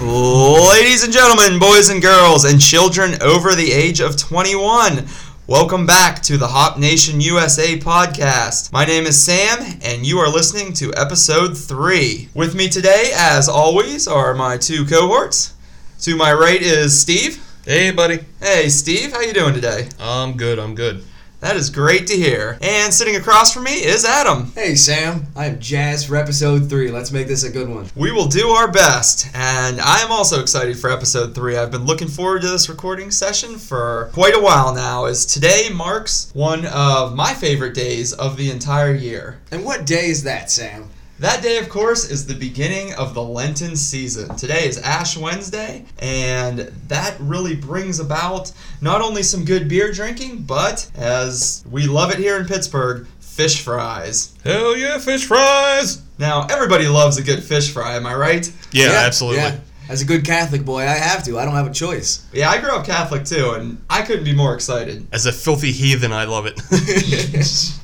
Ladies and gentlemen, boys and girls, and children over the age of 21, welcome back to the Hop Nation USA podcast. My name is Sam, and you are listening to episode 3. With me today, as always, are my two cohorts. To my right is Steve. Hey, buddy. Hey, Steve, how you doing today? I'm good. I'm good. That is great to hear. And sitting across from me is Adam. Hey Sam, I am jazzed for episode three. Let's make this a good one. We will do our best, and I am also excited for episode three. I've been looking forward to this recording session for quite a while now, as today marks one of my favorite days of the entire year. And what day is that, Sam? That day, of course, is the beginning of the Lenten season. Today is Ash Wednesday, and that really brings about not only some good beer drinking, but as we love it here in Pittsburgh, fish fries. Hell yeah, fish fries. Now, everybody loves a good fish fry, am I right? Yeah, absolutely. yeah. As a good Catholic boy, I have to. I don't have a choice. Yeah, I grew up Catholic too, and I couldn't be more excited. As a filthy heathen, I love it.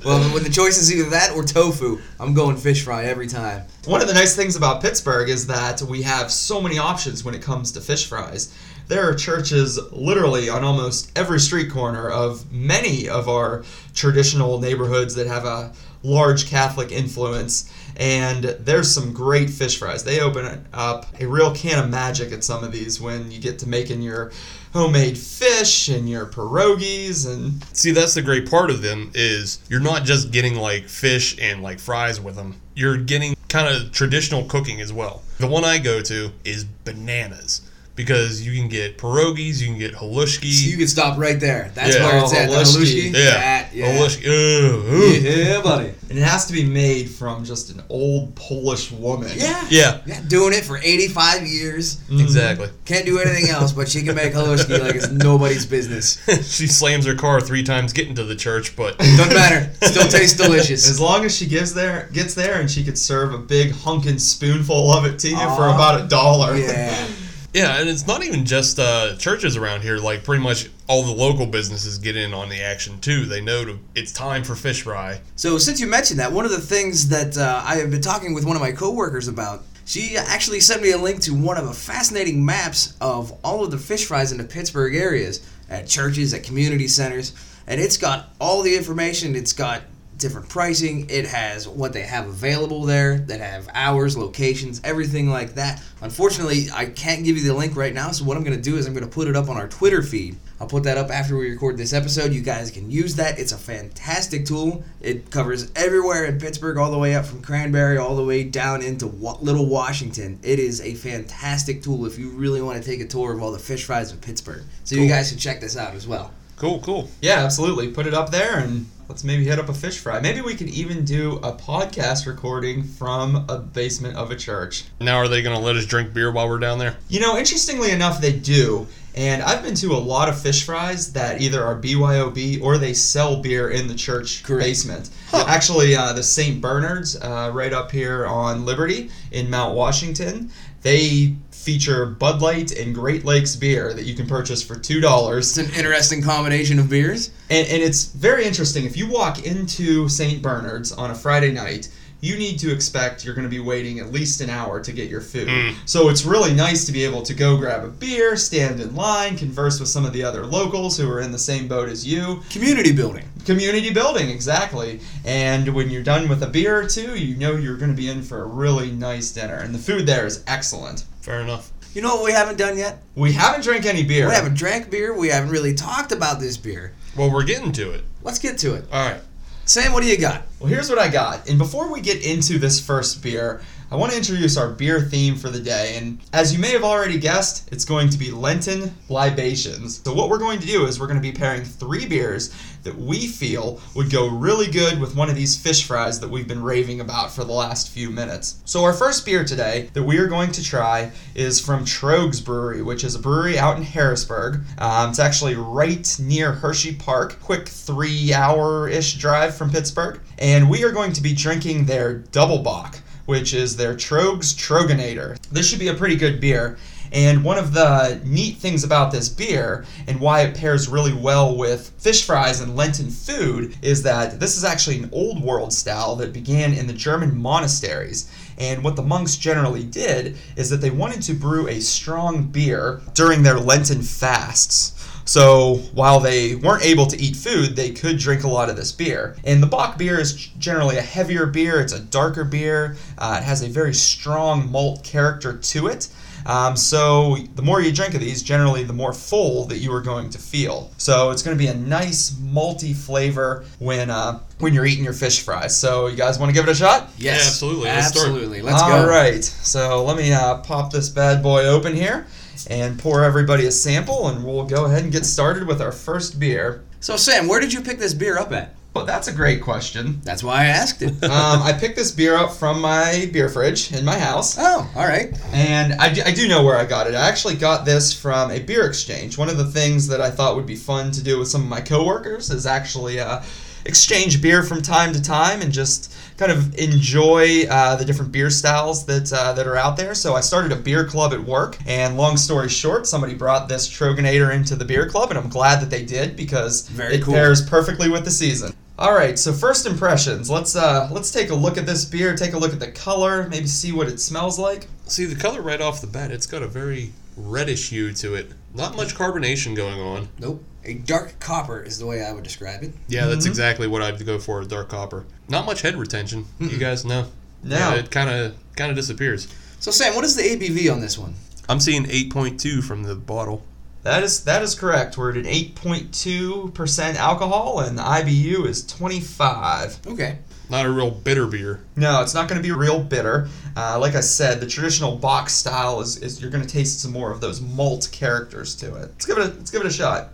Well, when the choice is either that or tofu, I'm going fish fry every time. One of the nice things about Pittsburgh is that we have so many options when it comes to fish fries. There are churches literally on almost every street corner of many of our traditional neighborhoods that have a large Catholic influence, and there's some great fish fries. They open up a real can of magic at some of these when you get to making your homemade fish and your pierogies and See, that's the great part of them is you're not just getting like fish and like fries with them. You're getting kind of traditional cooking as well. The one I go to is bananas because you can get pierogies, you can get halushki. So you can stop right there. That's Yeah. where it's Oh, at. The Halushki. Halushki? yeah, That, yeah. halushki. Ooh, ooh. Yeah. Yeah, buddy. And it has to be made from just an old Polish woman. Yeah. Yeah, doing it for 85 years. Mm. Exactly. Can't do anything else, but she can make halushki like it's nobody's business. she slams her car three times getting to the church, but Doesn't matter. Still tastes delicious. As long as she gives there, gets there, and she could serve a big hunkin' spoonful of it to you for Aw. about a dollar. Yeah. Yeah, and it's not even just uh, churches around here. Like pretty much all the local businesses get in on the action too. They know to, it's time for fish fry. So since you mentioned that, one of the things that uh, I have been talking with one of my coworkers about, she actually sent me a link to one of the fascinating maps of all of the fish fries in the Pittsburgh areas, at churches, at community centers, and it's got all the information. It's got different pricing. It has what they have available there. That have hours, locations, everything like that. Unfortunately, I can't give you the link right now. So what I'm gonna do is I'm gonna put it up on our Twitter feed. I'll put that up after we record this episode. You guys can use that. It's a fantastic tool. It covers everywhere in Pittsburgh, all the way up from Cranberry, all the way down into Wa- Little Washington. It is a fantastic tool if you really want to take a tour of all the fish fries of Pittsburgh. So you Cool. guys can check this out as well. Cool, cool. Yeah, absolutely. Put it up there and let's maybe hit up a fish fry. Maybe we could even do a podcast recording from a basement of a church. Now are they gonna let us drink beer while we're down there? You know, interestingly enough, they do. And I've been to a lot of fish fries that either are BYOB or they sell beer in the church Correct. basement. Actually, uh, the St. Bernard's, uh, right up here on Liberty in Mount Washington, they feature Bud Light and Great Lakes beer that you can purchase for two dollars. It's an interesting combination of beers. And, and it's very interesting. If you walk into St. Bernard's on a Friday night, you need to expect you're going to be waiting at least an hour to get your food. Hmm. So it's really nice to be able to go grab a beer, stand in line, converse with some of the other locals who are in the same boat as you. Community building. Community building, exactly. And when you're done with a beer or two, you know you're going to be in for a really nice dinner. And the food there is excellent. Fair enough. You know what we haven't done yet? We haven't drank any beer. We haven't drank beer. We haven't really talked about this beer. Well, we're getting to it. Let's get to it. All right. Sam, what do you got? Well, here's what I got. And before we get into this first beer, I want to introduce our beer theme for the day. And as you may have already guessed, it's going to be Lenten libations. So, what we're going to do is we're going to be pairing three beers that we feel would go really good with one of these fish fries that we've been raving about for the last few minutes. So, our first beer today that we are going to try is from Trogs Brewery, which is a brewery out in Harrisburg. Um, it's actually right near Hershey Park, quick three hour ish drive from Pittsburgh. And we are going to be drinking their Double Bock, which is their Trogs Troganator. This should be a pretty good beer. And one of the neat things about this beer and why it pairs really well with fish fries and Lenten food is that this is actually an old world style that began in the German monasteries. And what the monks generally did is that they wanted to brew a strong beer during their Lenten fasts. So while they weren't able to eat food, they could drink a lot of this beer. And the Bach beer is generally a heavier beer, it's a darker beer, uh, it has a very strong malt character to it. Um, so the more you drink of these, generally the more full that you are going to feel. So it's going to be a nice malty flavor when uh, when you're eating your fish fries. So you guys want to give it a shot? Yes, Yeah, absolutely. Let's start. absolutely. Let's All go. right. So let me uh, pop this bad boy open here and pour everybody a sample, and we'll go ahead and get started with our first beer. So Sam, where did you pick this beer up at? Well, that's a great question. That's why I asked it. Um, I picked this beer up from my beer fridge in my house. oh, all right. And I do, I do know where I got it. I actually got this from a beer exchange. One of the things that I thought would be fun to do with some of my coworkers is actually uh, exchange beer from time to time and just kind of enjoy uh, the different beer styles that uh, that are out there. So I started a beer club at work. And long story short, somebody brought this Troganator into the beer club, and I'm glad that they did because Very it cool. pairs perfectly with the season. All right, so first impressions. Let's uh, let's take a look at this beer. Take a look at the color. Maybe see what it smells like. See the color right off the bat. It's got a very reddish hue to it. Not much carbonation going on. Nope. A dark copper is the way I would describe it. Yeah, that's exactly what I'd go for. a Dark copper. Not much head retention. You guys know. No. Yeah, it kind of kind of disappears. So Sam, what is the ABV on this one? I'm seeing 8.2 from the bottle. That is that is correct. We're at an 8.2% alcohol and the IBU is 25. Okay. Not a real bitter beer. No, it's not going to be real bitter. Uh, like I said, the traditional box style is, is you're going to taste some more of those malt characters to it. Let's give it a, let's give it a shot.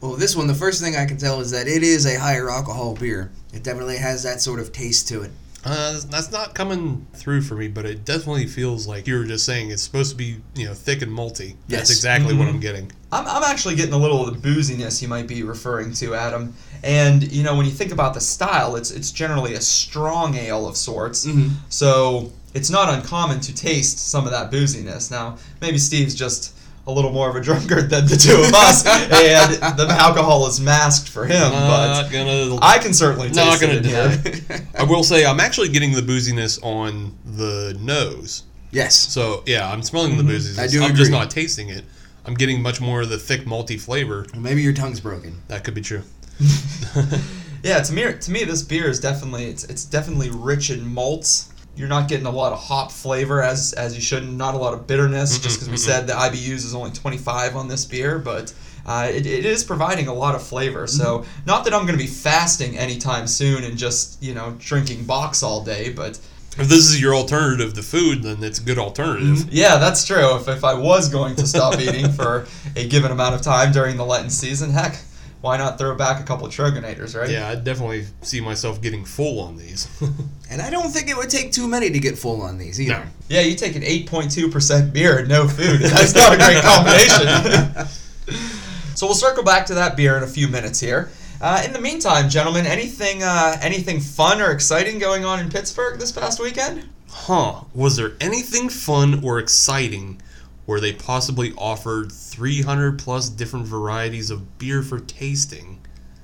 Well, this one, the first thing I can tell is that it is a higher alcohol beer. It definitely has that sort of taste to it. Uh, that's not coming through for me, but it definitely feels like you were just saying it's supposed to be, you know, thick and malty. Yes. Mm-hmm. That's exactly what Mhm. I'm getting. I'm, I'm actually getting a little of the booziness you might be referring to, Adam. And you know, when you think about the style, it's it's generally a strong ale of sorts. Mhm. So it's not uncommon to taste some of that booziness. Now, maybe Steve's just a little more of a drunkard than the two of us, and the alcohol is masked for him. Not but gonna. I can certainly taste Uh, not it. gonna in do here. that. I will say I'm actually getting the booziness on the nose. Yes. So yeah, I'm smelling the booziness. Mm-hmm. I do I'm just agree. not tasting it. I'm getting much more of the thick malty flavor. Maybe your tongue's broken. That could be true. Yeah, to me, to me, this beer is definitely it's it's definitely rich in malts. You're not getting a lot of hop flavor as as you should, and not a lot of bitterness, just because we said the IBUs is only 25 on this beer, but. Uh, it, it is providing a lot of flavor, so not that I'm going to be fasting anytime soon and just you know drinking box all day, but If this is your alternative to food, then it's a good alternative. yeah, that's true. If, if I was going to stop eating for a given amount of time during the Lenten season, heck, why not throw back a couple Trogonators, Mm-hmm. right? Yeah, I definitely see myself getting full on these. And I don't think it would take too many to get full on these either. No. Yeah, you take an 8.2% beer and no food. That's not a great combination. so we'll circle back to that beer in a few minutes here. Uh, in the meantime, gentlemen, anything uh, anything fun or exciting going on in Pittsburgh this past weekend? Huh. Was there anything fun or exciting where they possibly offered 300 plus different varieties of beer for tasting?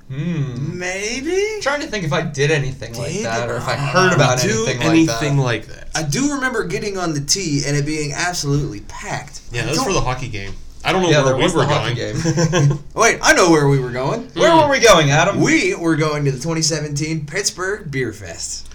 Hmm. Maybe? I'm trying to think if I did anything like Did- that or if I heard about Do anything, like like that. I do remember getting on the tee and it being absolutely packed. Yeah, I that's don't- for the hockey game. I don't know Yeah, where there we was the were hockey going. Wait, I know where we were going. that. Where were we going, Adam? We were going to the 2017 Pittsburgh Beer Fest.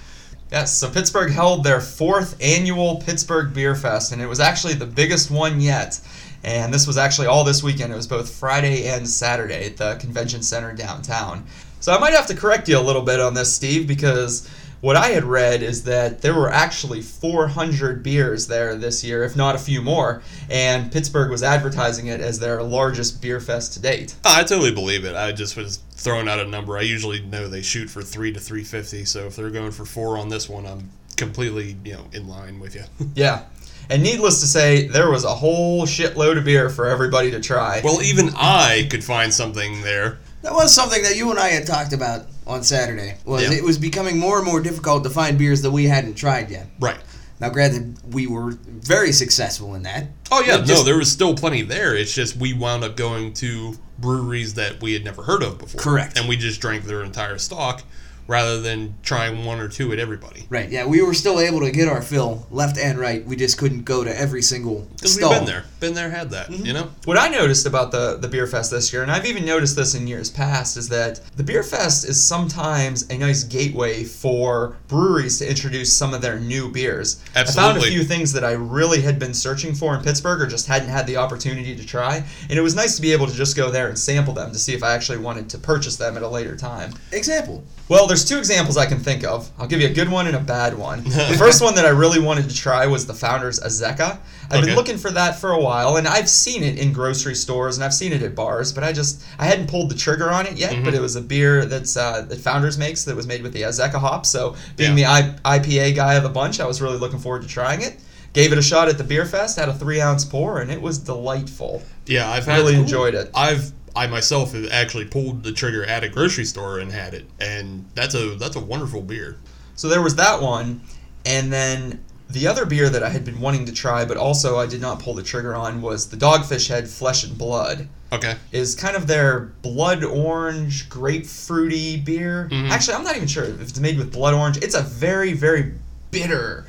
Yes, so Pittsburgh held their fourth annual Pittsburgh Beer Fest, and it was actually the biggest one yet. And this was actually all this weekend. It was both Friday and Saturday at the convention center downtown. So I might have to correct you a little bit on this, Steve, because what I had read is that there were actually 400 beers there this year, if not a few more. And Pittsburgh was advertising it as their largest beer fest to date. I totally believe it. I just was throwing out a number. I usually know they shoot for three to three fifty. So if they're going for four on this one, I'm completely you know in line with you. Yeah. And needless to say, there was a whole shitload of beer for everybody to try. well, even I could find something there. That was something that you and I had talked about on Saturday. Was Yeah. it was becoming more and more difficult to find beers that we hadn't tried yet. Right. Now, granted, we were very successful in that. Oh yeah, no, just- there was still plenty there. It's just we wound up going to breweries that we had never heard of before. Correct. And we just drank their entire stock rather than trying one or two at everybody. Right. Yeah, we were still able to get our fill left and right. We just couldn't go to every single Because we've stall. been there, been there, had that. Mm-hmm. You know, What I noticed about the, the Beer Fest this year, and I've even noticed this in years past, is that the Beer Fest is sometimes a nice gateway for breweries to introduce some of their new beers. I found a Absolutely. few things that I really had been searching for in Pittsburgh or just hadn't had the opportunity to try. And it was nice to be able to just go there and sample them to see if I actually wanted to purchase them at a later time. Example. Well, there's two examples I can think of. I'll give you a good one and a bad one. the first one that I really wanted to try was the Founders Azeka. I've Okay. been looking for that for a while, and I've seen it in grocery stores and I've seen it at bars, but I just I hadn't pulled the trigger on it yet. But it was a beer that's uh, that Founders makes that was made with the Azeka hop. So being the I- IPA guy of the bunch, I was really looking forward to trying it. Gave it a shot at the beer fest. Had a three ounce pour, and it was delightful. yeah, I've had, Really enjoyed it. I've I myself have actually pulled the trigger at a grocery store and had it, and that's a that's a wonderful beer. So there was that one, and then the other beer that I had been wanting to try, but also I did not pull the trigger on, was the Dogfish Head Flesh and Blood. Okay, Is kind of their blood orange grapefruity beer. Actually, I'm not even sure if it's made with blood orange. It's a very very bitter,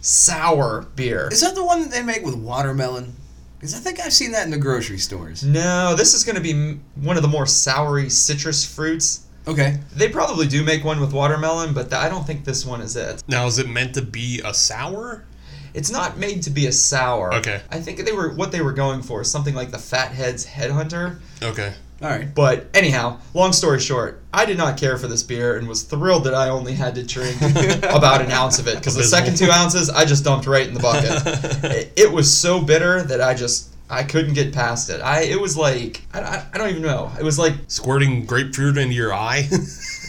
sour beer. Is that the one that they make with watermelon? Because I think I've seen that in the grocery stores. no, this is going to be m- one of the more soury citrus fruits. Okay. They probably do make one with watermelon, but th- I don't think this one is it. now is it meant to be a sour? It's not made to be a sour. Okay. I think they were what they were going for is something like the Fathead's Headhunter. Okay, All right. But anyhow, long story short, I did not care for this beer and was thrilled that I only had to drink about an ounce of it because the second two ounces I just dumped right in the bucket. it, it was so bitter that I just I couldn't get past it. I it was like I, I, I don't even know. It was like squirting grapefruit into your eye.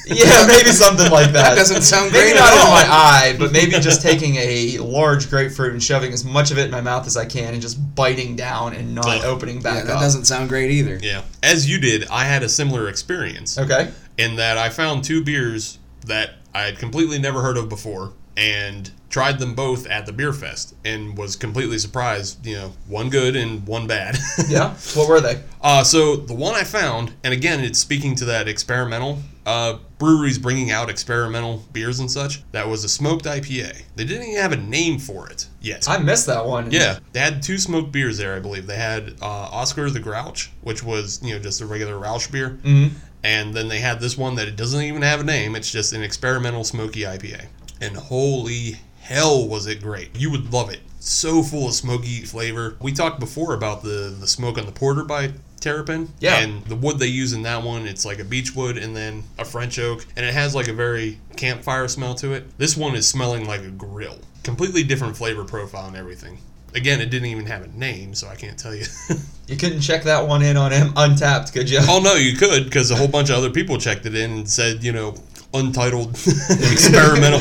yeah maybe something like that. That doesn't sound Maybe great not at in all. my eye, but maybe just taking a large grapefruit and shoving as much of it in my mouth as I can and just biting down and not Ugh. opening yeah, back that up. doesn't sound great either. yeah, as you did, I had a similar experience. Okay. in that I found two beers that I had completely never heard of before and tried them both at the beer fest and was completely surprised, you know, one good and one bad. Yeah. What were they? Uh, so the one I found, and again, it's speaking to that experimental uh, breweries bringing out experimental beers and such. That was a smoked IPA. They didn't even have a name for it yet. I missed that one. Yeah, they had two smoked beers there, I believe. They had uh, Oscar the Grouch, which was you know just a regular Roush beer, mm and then they had this one that it doesn't even have a name. It's just an experimental smoky IPA, and holy hell, was it great! You would love it. So full of smoky flavor. We talked before about the the smoke on the porter by Terrapin. Yeah. And the wood they use in that one, it's like a beech wood and then a French oak, and it has like a very campfire smell to it. This one is smelling like a grill. Completely different flavor profile and everything. Again, it didn't even have a name, so I can't tell you. You couldn't check that one in on him untapped, could you? oh no, you could because a whole bunch of other people checked it in and said, you know, untitled, experimental.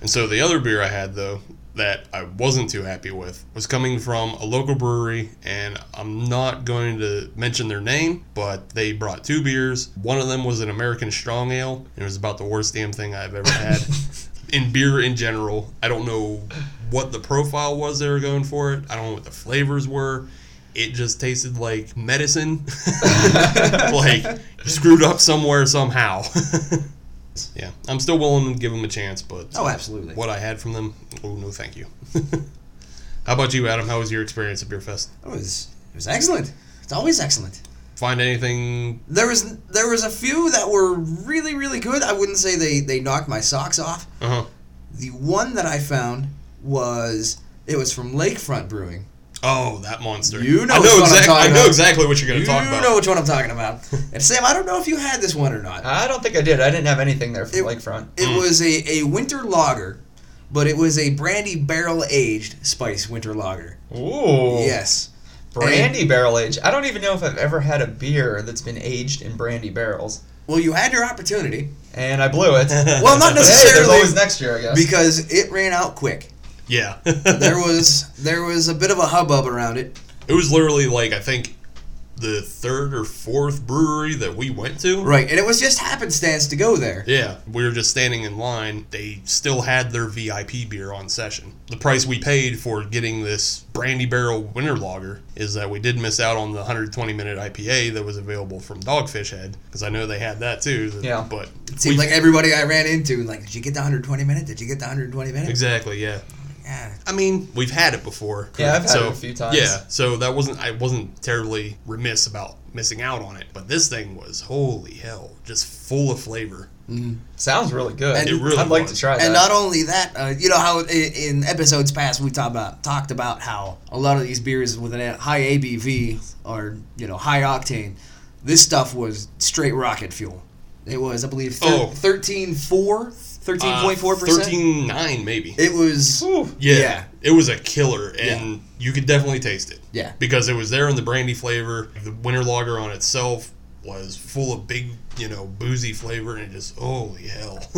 and so the other beer I had though that I wasn't too happy with was coming from a local brewery, and I'm not going to mention their name, but they brought two beers. One of them was an American strong ale, and it was about the worst damn thing I've ever had. In beer in general, I don't know what the profile was they were going for it. I don't know what the flavors were. It just tasted like medicine. like screwed up somewhere somehow. yeah, I'm still willing to give them a chance, but Oh, absolutely. what I had from them, oh no, thank you. How about you, Adam? How was your experience at Beer Fest? It was it was excellent. It's always excellent. Find anything? There was there was a few that were really really good. I wouldn't say they they knocked my socks off. Uh huh. The one that I found was it was from Lakefront Brewing. Oh, that monster! You know I know what I'm exactly. I talking know about. exactly what you're going You to talk about. know which one I'm talking about. And Sam, I don't know if you had this one or not. I don't think I did. I didn't have anything there from It- Lakefront. It was a, a winter lager, but it was a brandy barrel aged spice winter lager. Ooh. Yes. Brandy barrel age. I don't even know if I've ever had a beer that's been aged in brandy barrels. Well, you had your opportunity And I blew it. Well, not But hey, there's necessarily, always next year, I guess. because it ran out quick. Yeah, There was there was a bit of a hubbub around it. it was literally like I think the third or fourth brewery that we went to. Right, and it was just happenstance to go there. Yeah, we were just standing in line. They still had their VIP beer on session. The price we paid for getting this brandy barrel winter lager is that we did miss out on the 120 minute IPA that was available from Dogfish Head because I know they had that too. Yeah. but It seemed like everybody I ran into, like, did you get the 120 minute? Did you get the 120 minute? exactly yeah. Yeah. I mean, we've had it before. Yeah, I've had so, it a few times. Yeah, so that wasn't I wasn't terribly remiss about missing out on it, but this thing was holy hell, just full of flavor. Sounds really good. And- It really I'd like was. to try that. And not only that, uh, you know how i- in episodes past we talked about talked about how a lot of these beers with a high ABV or you know high octane, this stuff was straight rocket fuel. It was, I believe, thir- Oh. 13.4, 13.4 percent. Uh, Thirteen nine maybe. It was Whew. Yeah, Yeah. It was a killer, and you could definitely taste it. Yeah. Because it was there in the brandy flavor. The winter lager on itself was full of big, you know, boozy flavor, and it just, holy hell.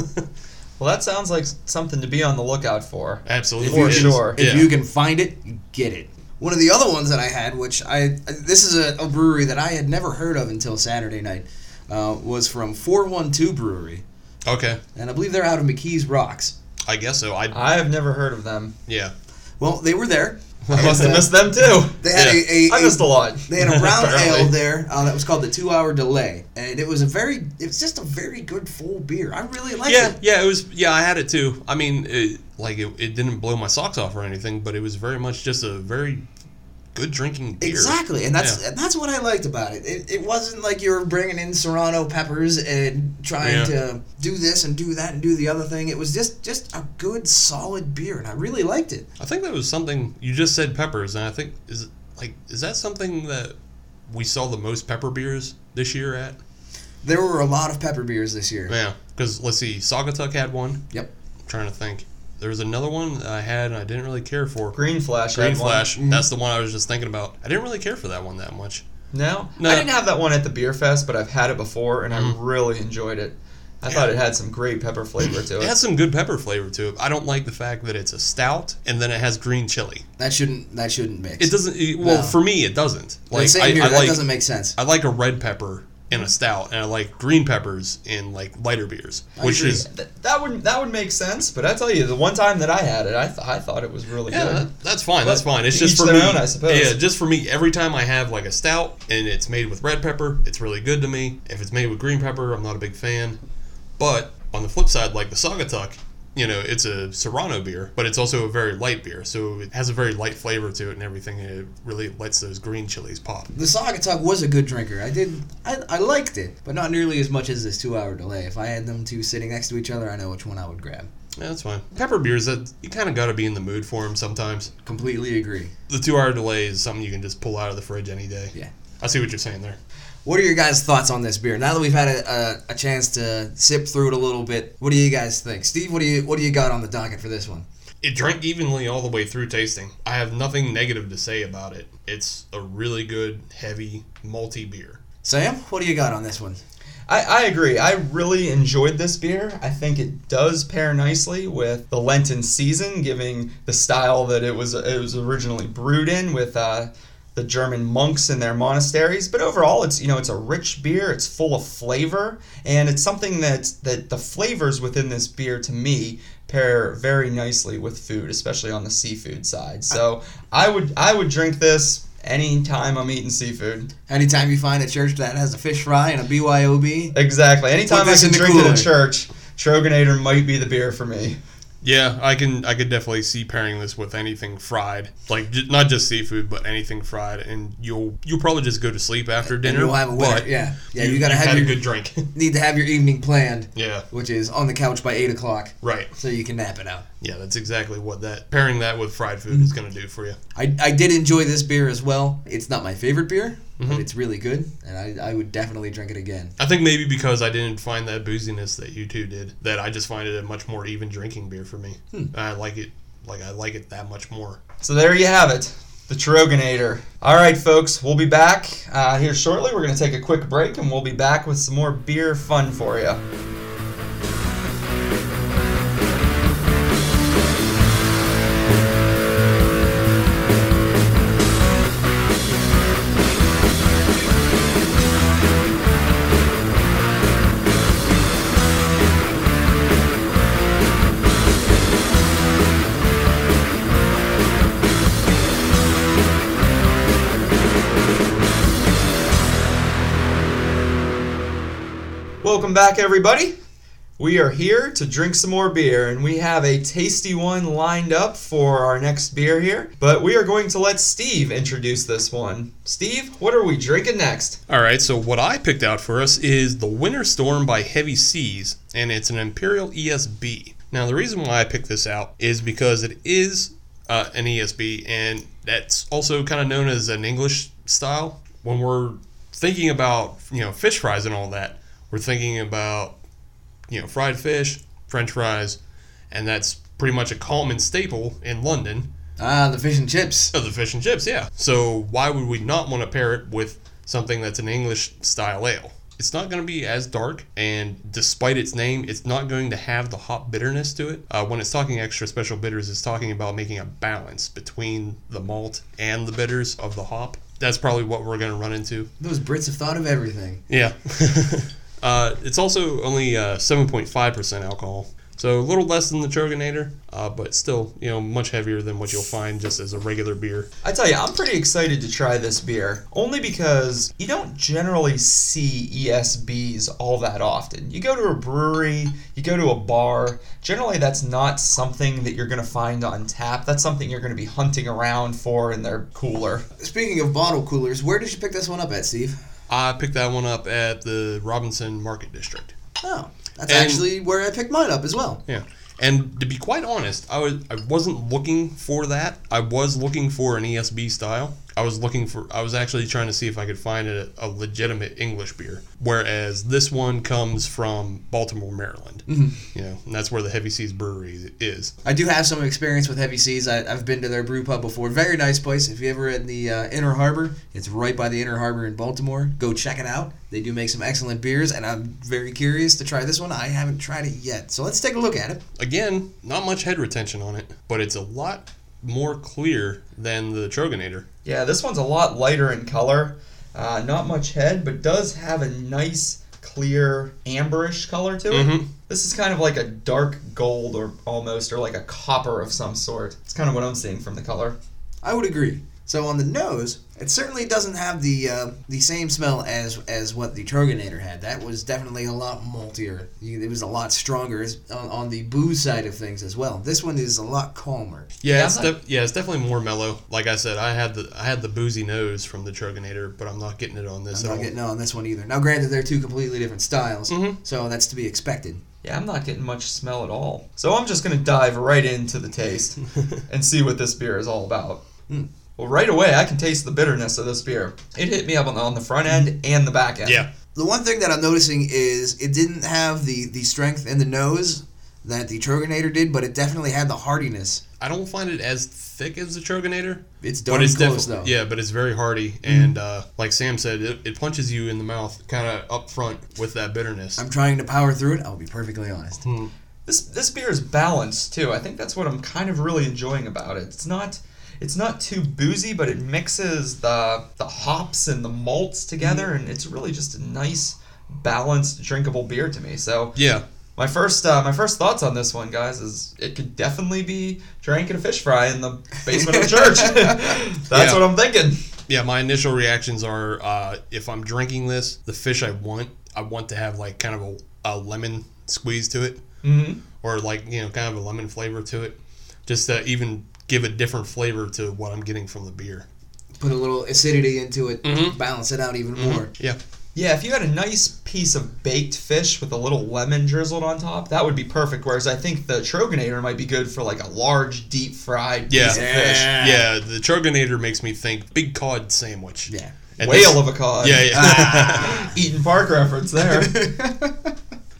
Well, that sounds like something to be on the lookout for. Absolutely. For It's- sure. If yeah. you can find it, get it. One of the other ones that I had, which I this is a, a brewery that I had never heard of until Saturday night, uh, was from 412 Brewery, okay. and I believe they're out of McKees Rocks. I guess so. I, Uh, I have never heard of them. yeah. Well, they were there. I must have uh, missed them too. They had Yeah. a, a, I a- missed a lot. they had a brown Apparently. ale there uh, that was called the Two Hour Delay, and it was a very it was just a very good full beer. I really liked Yeah, it. yeah, it was. Yeah, I had it too. I mean, it, like it, it didn't blow my socks off or anything, but it was very much just a very good drinking beer. Exactly, and that's Yeah. and that's what I liked about it. it. It wasn't like you were bringing in serrano peppers and trying Yeah. to do this and do that and do the other thing. It was just just a good solid beer, and I really liked it. I think that was something you just said peppers, and I think is it, like is that something that we saw the most pepper beers this year at? There were a lot of pepper beers this year. Yeah, because let's see, Saugatuck had one. Yep. I'm trying to think. There was another one that I had and I didn't really care for. Green, Green Flash. had one. Flash. That's the one I was just thinking about. I didn't really care for that one that much. No? No. I didn't have that one at the beer fest, but I've had it before, and Mm. I really enjoyed it. I thought it had some great pepper flavor to It it. has some good pepper flavor to it. I don't like the fact that it's a stout and then it has green chili. That shouldn't that shouldn't mix. It doesn't. it- well, No. for me, it doesn't. Like same I, beer I that like doesn't make sense. I like a red pepper in a stout, and I like green peppers in like lighter beers, which agree. is Th- that would that would make sense, but I tell you, the one time that I had it, I, th- I thought it was really Yeah, good. that- that's fine. That's fine. It's to just each for their me. own, I suppose. Yeah, just for me. Every time I have like a stout and it's made with red pepper, it's really good to me. If it's made with green pepper, I'm not a big fan. But on the flip side, like the Saugatuck, you know, it's a Serrano beer, but it's also a very light beer, so it has a very light flavor to it and everything. And it really lets those green chilies pop. The Saugatuck was a good drinker. I did, I, I liked it, but not nearly as much as this two-hour delay. If I had them two sitting next to each other, I know which one I would grab. Yeah, that's fine. Pepper beers, that you kind of got to be in the mood for them sometimes. Completely agree. The two-hour delay is something you can just pull out of the fridge any day. Yeah. I see what you're saying there. What are your guys' thoughts on this beer? Now that we've had a, a, a chance to sip through it a little bit, what do you guys think, Steve? What do you what do you got on the docket for this one? It drank evenly all the way through tasting. I have nothing negative to say about it. It's a really good, heavy, malty beer. Sam, what do you got on this one? I, I agree. I really enjoyed this beer. I think it does pair nicely with the Lenten season, giving the style that it was it was originally brewed in with uh, the German monks in their monasteries. But overall, it's you know it's a rich beer. It's full of flavor, and it's something that that the flavors within this beer to me pair very nicely with food, especially on the seafood side. So I would I would drink this any time I'm eating seafood. Anytime you find a church that has a fish fry and a BYOB, Exactly. Anytime I this can in the drink at cooler. a church, Troganator might be the beer for me. Yeah, I can I could definitely see pairing this with anything fried, like j- not just seafood, but anything fried, and you'll you'll probably just go to sleep after dinner. you'll have a winner, but yeah. Yeah, you gotta have had your- a good drink. need to have your evening planned, yeah, which is on the couch by eight o'clock, right. so you can nap it out. Yeah, that's exactly what that pairing that with fried food Mm-hmm. is gonna do for you. I, I did enjoy this beer as well. It's not my favorite beer, Mm-hmm. but it's really good, and I, I would definitely drink it again. I think maybe because I didn't find that booziness that you two did, that I just find it a much more even drinking beer for me. I like it, like I like it that much more. So there you have it, the Troganator. All right, folks, we'll be back uh, here shortly. We're going to take a quick break, and we'll be back with some more beer fun for you. Welcome back, everybody. We are here to drink some more beer, and we have a tasty one lined up for our next beer here. But we are going to let Steve introduce this one. Steve, what are we drinking next? All right, so what I picked out for us is The Winter Storm by Heavy Seas, and it's an Imperial ESB. Now, the reason why I picked this out is because it is uh, an ESB, and that's also kind of known as an English style. When we're thinking about, you know, fish fries and all that, we're thinking about, you know, fried fish, french fries, and that's pretty much a common staple in London. Ah, the fish and chips. Oh, the fish and chips, yeah. So why would we not want to pair it with something that's an English style ale? It's not going to be as dark, and despite its name, it's not going to have the hop bitterness to it. Uh, when it's talking extra special bitters, it's talking about making a balance between the malt and the bitters of the hop. That's probably what we're going to run into. Those Brits have thought of everything. Yeah. uh, it's also only uh, 7.5% alcohol. So a little less than the Choganator, uh, but still, you know, much heavier than what you'll find just as a regular beer. I tell you, I'm pretty excited to try this beer, only because you don't generally see ESBs all that often. You go to a brewery, you go to a bar, generally that's not something that you're going to find on tap. That's something you're going to be hunting around for in their cooler. Speaking of bottle coolers, where did you pick this one up at, Steve? I picked that one up at the Robinson Market District. Oh, that's And- actually where I picked mine up as well. Yeah. And to be quite honest, I was I wasn't looking for that. I was looking for an ESB style. I was looking for I was actually trying to see if I could find a, a legitimate English beer. Whereas this one comes from Baltimore, Maryland. You know, and that's where the Heavy Seas Brewery is. I do have some experience with Heavy Seas. I, I've been to their brew pub before. Very nice place. If you ever in the uh, Inner Harbor, it's right by the Inner Harbor in Baltimore. Go check it out. They do make some excellent beers, and I'm very curious to try this one. I haven't tried it yet, so let's take a look at it. Again, not much head retention on it, but it's a lot more clear than the Troganator. Yeah, this one's a lot lighter in color. Uh, not much head, but does have a nice, clear, amberish color to it. Mhm. This is kind of like a dark gold or almost, or like a copper of some sort. It's kind of what I'm seeing from the color. I would agree. So on the nose, it certainly doesn't have the uh, the same smell as as what the Troganator had. That was definitely a lot maltier. You- It was a lot stronger as- on, on the booze side of things as well. This one is a lot calmer. Yeah, Yeah, it's I'm not- def- yeah, it's definitely more mellow. Like I said, I had the I had the boozy nose from the Troganator, but I'm not getting it on this I'm at not all. getting on this one either. Now, granted, they're two completely different styles, Mhm. so that's to be expected. Yeah, I'm not getting much smell at all. So I'm just going to dive right into the taste and see what this beer is all about. Hmm. Well, right away, I can taste the bitterness of this beer. It hit me up on the, on the front end and the back end. yeah, The one thing that I'm noticing is it didn't have the the strength in the nose that the Troganator did, but it definitely had the hardiness. I don't find it as thick as the Troganator, It's but darn it's close definitely though. Mm-hmm. yeah, but it's very hearty and uh, like Sam said, it, it punches you in the mouth kind of up front with that bitterness. I'm trying to power through it. I'll be perfectly honest. this this beer is balanced too. I think that's what I'm kind of really enjoying about it. It's not it's not too boozy, but it mixes the the hops and the malts together, and it's really just a nice balanced drinkable beer to me. So yeah, my first uh, my first thoughts on this one, guys, is it could definitely be drank in a fish fry in the basement of a church. that's Yeah. what I'm thinking. yeah. My initial reactions are uh, if I'm drinking this, the fish I want, I want to have like kind of a, a lemon squeeze to it. hmm or like you know kind of a lemon flavor to it just to even give a different flavor to what i'm getting from the beer Put a little acidity into it, Mhm. balance it out even more. yeah Yeah, if you had a nice piece of baked fish with a little lemon drizzled on top, that would be perfect. Whereas I think the Troganator might be good for like a large deep fried Yeah. piece of fish. yeah the troganator makes me think big cod sandwich Yeah. And Whale this- of a cod. Ah. yeah yeah Eaton Park reference there.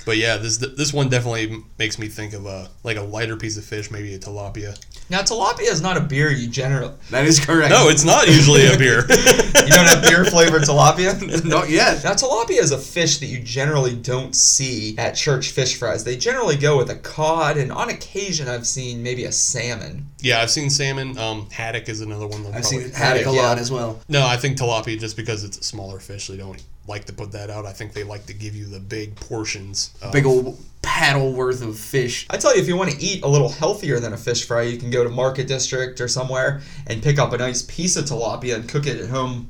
but yeah this this one definitely makes me think of a like a lighter piece of fish maybe a tilapia now tilapia is not a beer you generally that is correct. no it's not usually a beer you don't have beer flavored tilapia. not yet. Now tilapia is a fish that you generally don't see at church fish fries. They generally go with a cod and on occasion I've seen maybe a salmon. yeah i've seen salmon um haddock is another one that I've seen it probably- haddock a yeah. lot as well. no i think tilapia just because it's a smaller fish they don't like to put that out i think they like to give you the big portions uh, of- Big old paddle worth of fish. I tell you, if you want to eat a little healthier than a fish fry, you can go to Market District or somewhere and Mm-hmm. pick up a nice piece of tilapia and cook it at home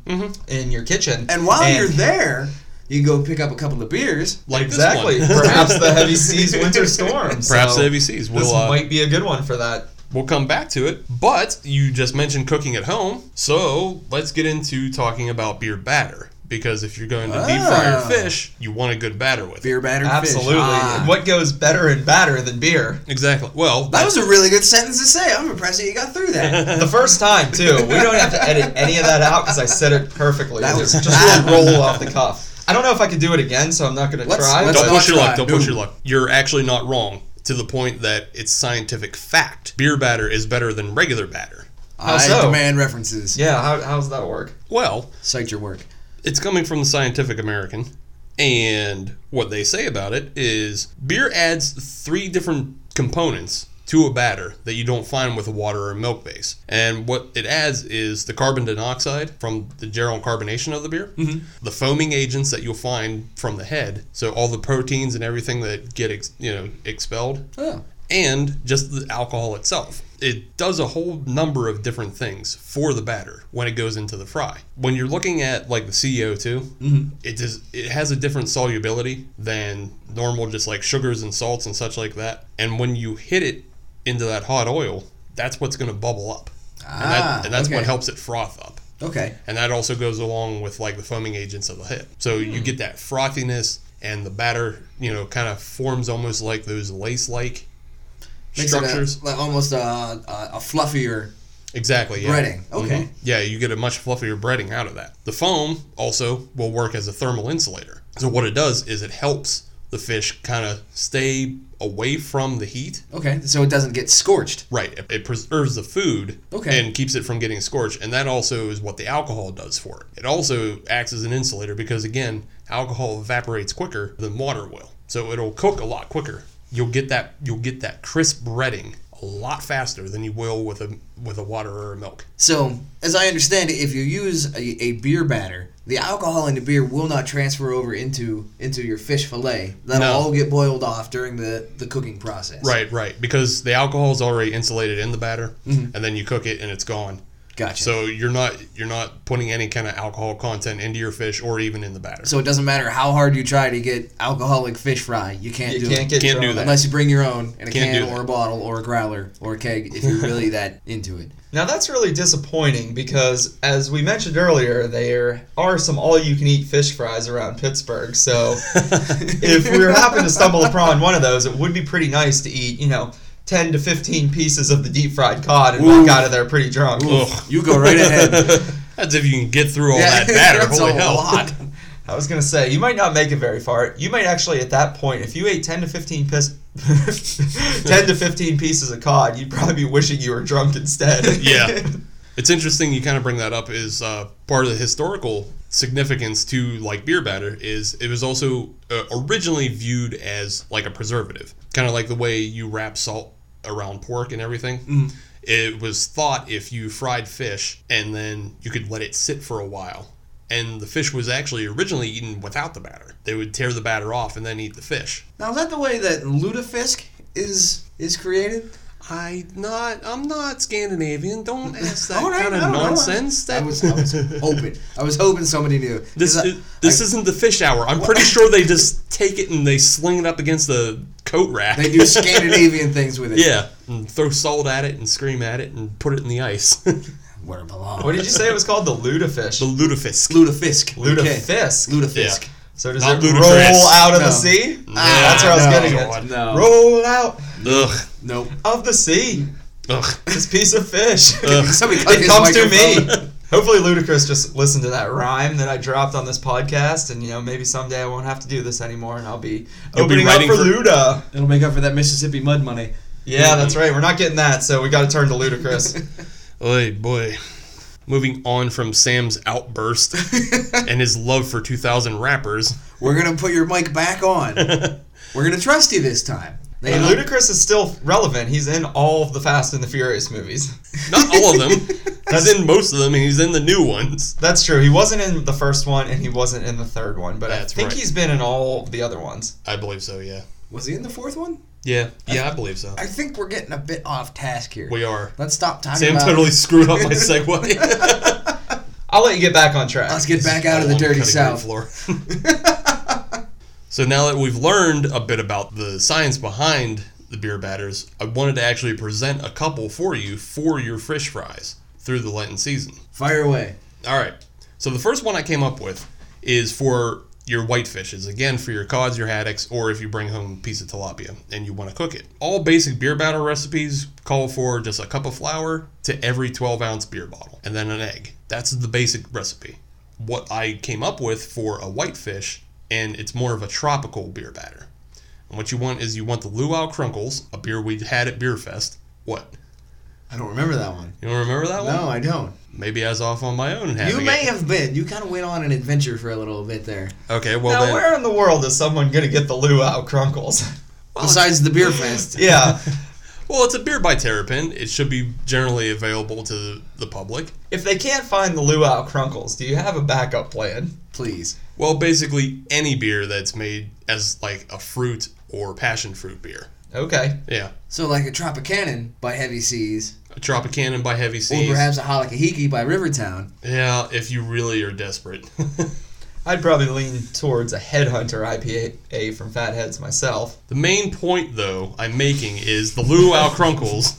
in your kitchen. And while you're there, You can go pick up a couple of beers. Like this exactly. one. Perhaps the heavy seas winter storm. Perhaps so the heavy seas. This We'll, uh, might be a good one for that. we'll come back to it. But you just mentioned cooking at home, so let's get into talking about beer batter. Because if you're going to deep fry your Oh. fish, you want a good batter with it. Beer battered Absolutely. fish. Ah. What goes better in batter than beer? Exactly. Well, That was a really good sentence to say. I'm impressed that you got through that. The first time too. We don't have to edit any of that out because I said it perfectly. That It was just bad. a roll off the cuff. I don't know if I could do it again, so I'm not going to Let's- try. let's but don't not push your luck. try. Don't push Ooh. your luck. You're actually not wrong to the point that it's scientific fact. Beer batter is better than regular batter. I so? demand references. yeah, how, how's that work? Well, Psyched your work. it's coming from the Scientific American, and what they say about it is beer adds three different components to a batter that you don't find with a water or milk base. And what it adds is the carbon dioxide from the general carbonation of the beer, the foaming agents that you'll find from the head, so all the proteins and everything that get ex- you know expelled Oh. and just the alcohol itself. It does a whole number of different things for the batter when it goes into the fry. When you're looking at like the CO2, Mm-hmm. it does it has a different solubility than normal just like sugars and salts and such like that. And when you hit it into that hot oil, that's what's going to bubble up. and, Ah, that, and that's what okay. helps it froth up. Okay. And that also goes along with like the foaming agents of the hip. So you Hmm. get that frothiness and the batter, you know, kind of forms almost like those lace like Makes it a- structures. like almost a, a, a fluffier. Exactly. Yeah. Breading, okay. Mhm. Yeah, you get a much fluffier breading out of that. The foam also will work as a thermal insulator. So what it does is it helps the fish kind of stay away from the heat. Okay. So it doesn't get scorched. Right. It, it preserves the food Okay. and keeps it from getting scorched. And that also is what the alcohol does for it. It also acts as an insulator because, again, alcohol evaporates quicker than water will. So it'll cook a lot quicker. You'll get that you'll get that crisp breading a lot faster than you will with a with a water or a milk. So, as I understand it, if you use a, a beer batter, the alcohol in the beer will not transfer over into into your fish fillet. That'll No. all get boiled off during the, the cooking process. Right, right. Because the alcohol is already insulated in the batter, and then you cook it and it's gone. Mm-hmm. Gotcha. So, So you're not you're not putting any kind of alcohol content into your fish or even in the batter. it doesn't matter how hard you try to get alcoholic fish fry, you can't You do can't it. get Can't do drunk. that. Unless you bring your own in a Can't do can that. or a bottle or a growler or a keg if you're really that into it. Now that's really disappointing because, as we mentioned earlier, there are some all-you-can-eat fish fries around Pittsburgh. So, if we were happen to stumble upon one of those, it would be pretty nice to eat, you know, ten to fifteen pieces of the deep-fried cod and walk out of there pretty drunk. Ugh. You go right ahead. That's if you can get through all Yeah, that batter. that's Holy a hell! lot. I was gonna say you might not make it very far. You might actually, at that point, if you ate ten to fifteen pis- ten to fifteen pieces of cod, you'd probably be wishing you were drunk instead. Yeah. It's interesting you kind of bring that up. Is uh, part of the historical significance to like beer batter is it was also uh, originally viewed as like a preservative, kind of like the way you wrap salt around pork and everything. Mm-hmm. It was thought if you fried fish and then you could let it sit for a while. And the fish was actually originally eaten without the batter. They would tear the batter off and then eat the fish. Now, is that the way that lutefisk is is created? I not I'm not Scandinavian. Don't ask that All right, kind of I don't know. nonsense. I That was, I was hoping. I was hoping somebody knew. 'Cause This I- this isn't the fish hour. I'm pretty sure they just take it and they sling it up against the coat rack. They do Scandinavian things with it. yeah, and throw salt at it and scream at it and put it in the ice. the Where it belongs. What did you say it was called? The lutefish. lutefisk. Lutefisk. with a K. Lutefisk. Lutefisk. Yeah. So does Not it ludicrous. roll out of No. the sea? Ah, That's where I was no. getting at. No. Roll out Ugh. Nope. of the sea. Ugh. This piece of fish. Somebody cut it his comes to microphone. me. Hopefully, Ludacris just listened to that rhyme that I dropped on this podcast, and you know maybe someday I won't have to do this anymore, and I'll be You'll be opening up writing for, for- Luda. It'll make up for that Mississippi mud money. Yeah, that's right. We're not getting that, so we got to turn to Ludacris. Oy boy. Moving on from Sam's outburst and his love for 2000 rappers. We're gonna put your mic back on. We're gonna trust you this time. They And don't- Ludacris is still relevant. He's in all of the Fast and the Furious movies. Not all of them. he's in most of them and he's in the new ones. That's true. He wasn't in the first one, and he wasn't in the third one, but That's I think right. he's been in all the other ones. I believe so, yeah. was he in the fourth one? Yeah. Yeah, I believe so. I think we're getting a bit off task here. We are. Let's stop talking Sam about. totally screwed up my segue. I'll let you get back on track. Let's get back out of All the on dirty cutting room south. floor. so now that we've learned a bit about the science behind the beer batters, I wanted to actually present a couple for you for your fish fries through the Lenten season. Fire away. All right. So the first one I came up with is for your white fishes. Again, for your cods, your haddocks, or if you bring home a piece of tilapia and you want to cook it. All basic beer batter recipes call for just a cup of flour to every 12 ounce beer bottle and then an egg. That's the basic recipe. What I came up with for a white fish, and it's more of a tropical beer batter. And what you want is you want the Luau Crunkles, a beer we had at Beer Fest. What? I don't remember that one. You don't remember that one? No, I don't. Maybe I was off on my own. and You having may it. have been. You kind of went on an adventure for a little bit there. Okay, well Now, then. where in the world is someone going to get the luau crunkles? Besides the beer fest. yeah. Well, it's a beer by Terrapin. It should be generally available to the public. If they can't find the luau crunkles, do you have a backup plan? Please. Well, basically any beer that's made as like a fruit or passion fruit beer. Okay. Yeah, So, like a Tropicannon by Heavy Seas, a Tropicannon by Heavy or Seas. perhaps a Halakahiki by Rivertown. yeah, if you really are desperate. I'd probably lean towards a headhunter IPA from Fatheads myself. the main point, though, I'm making is the Luau Crunkles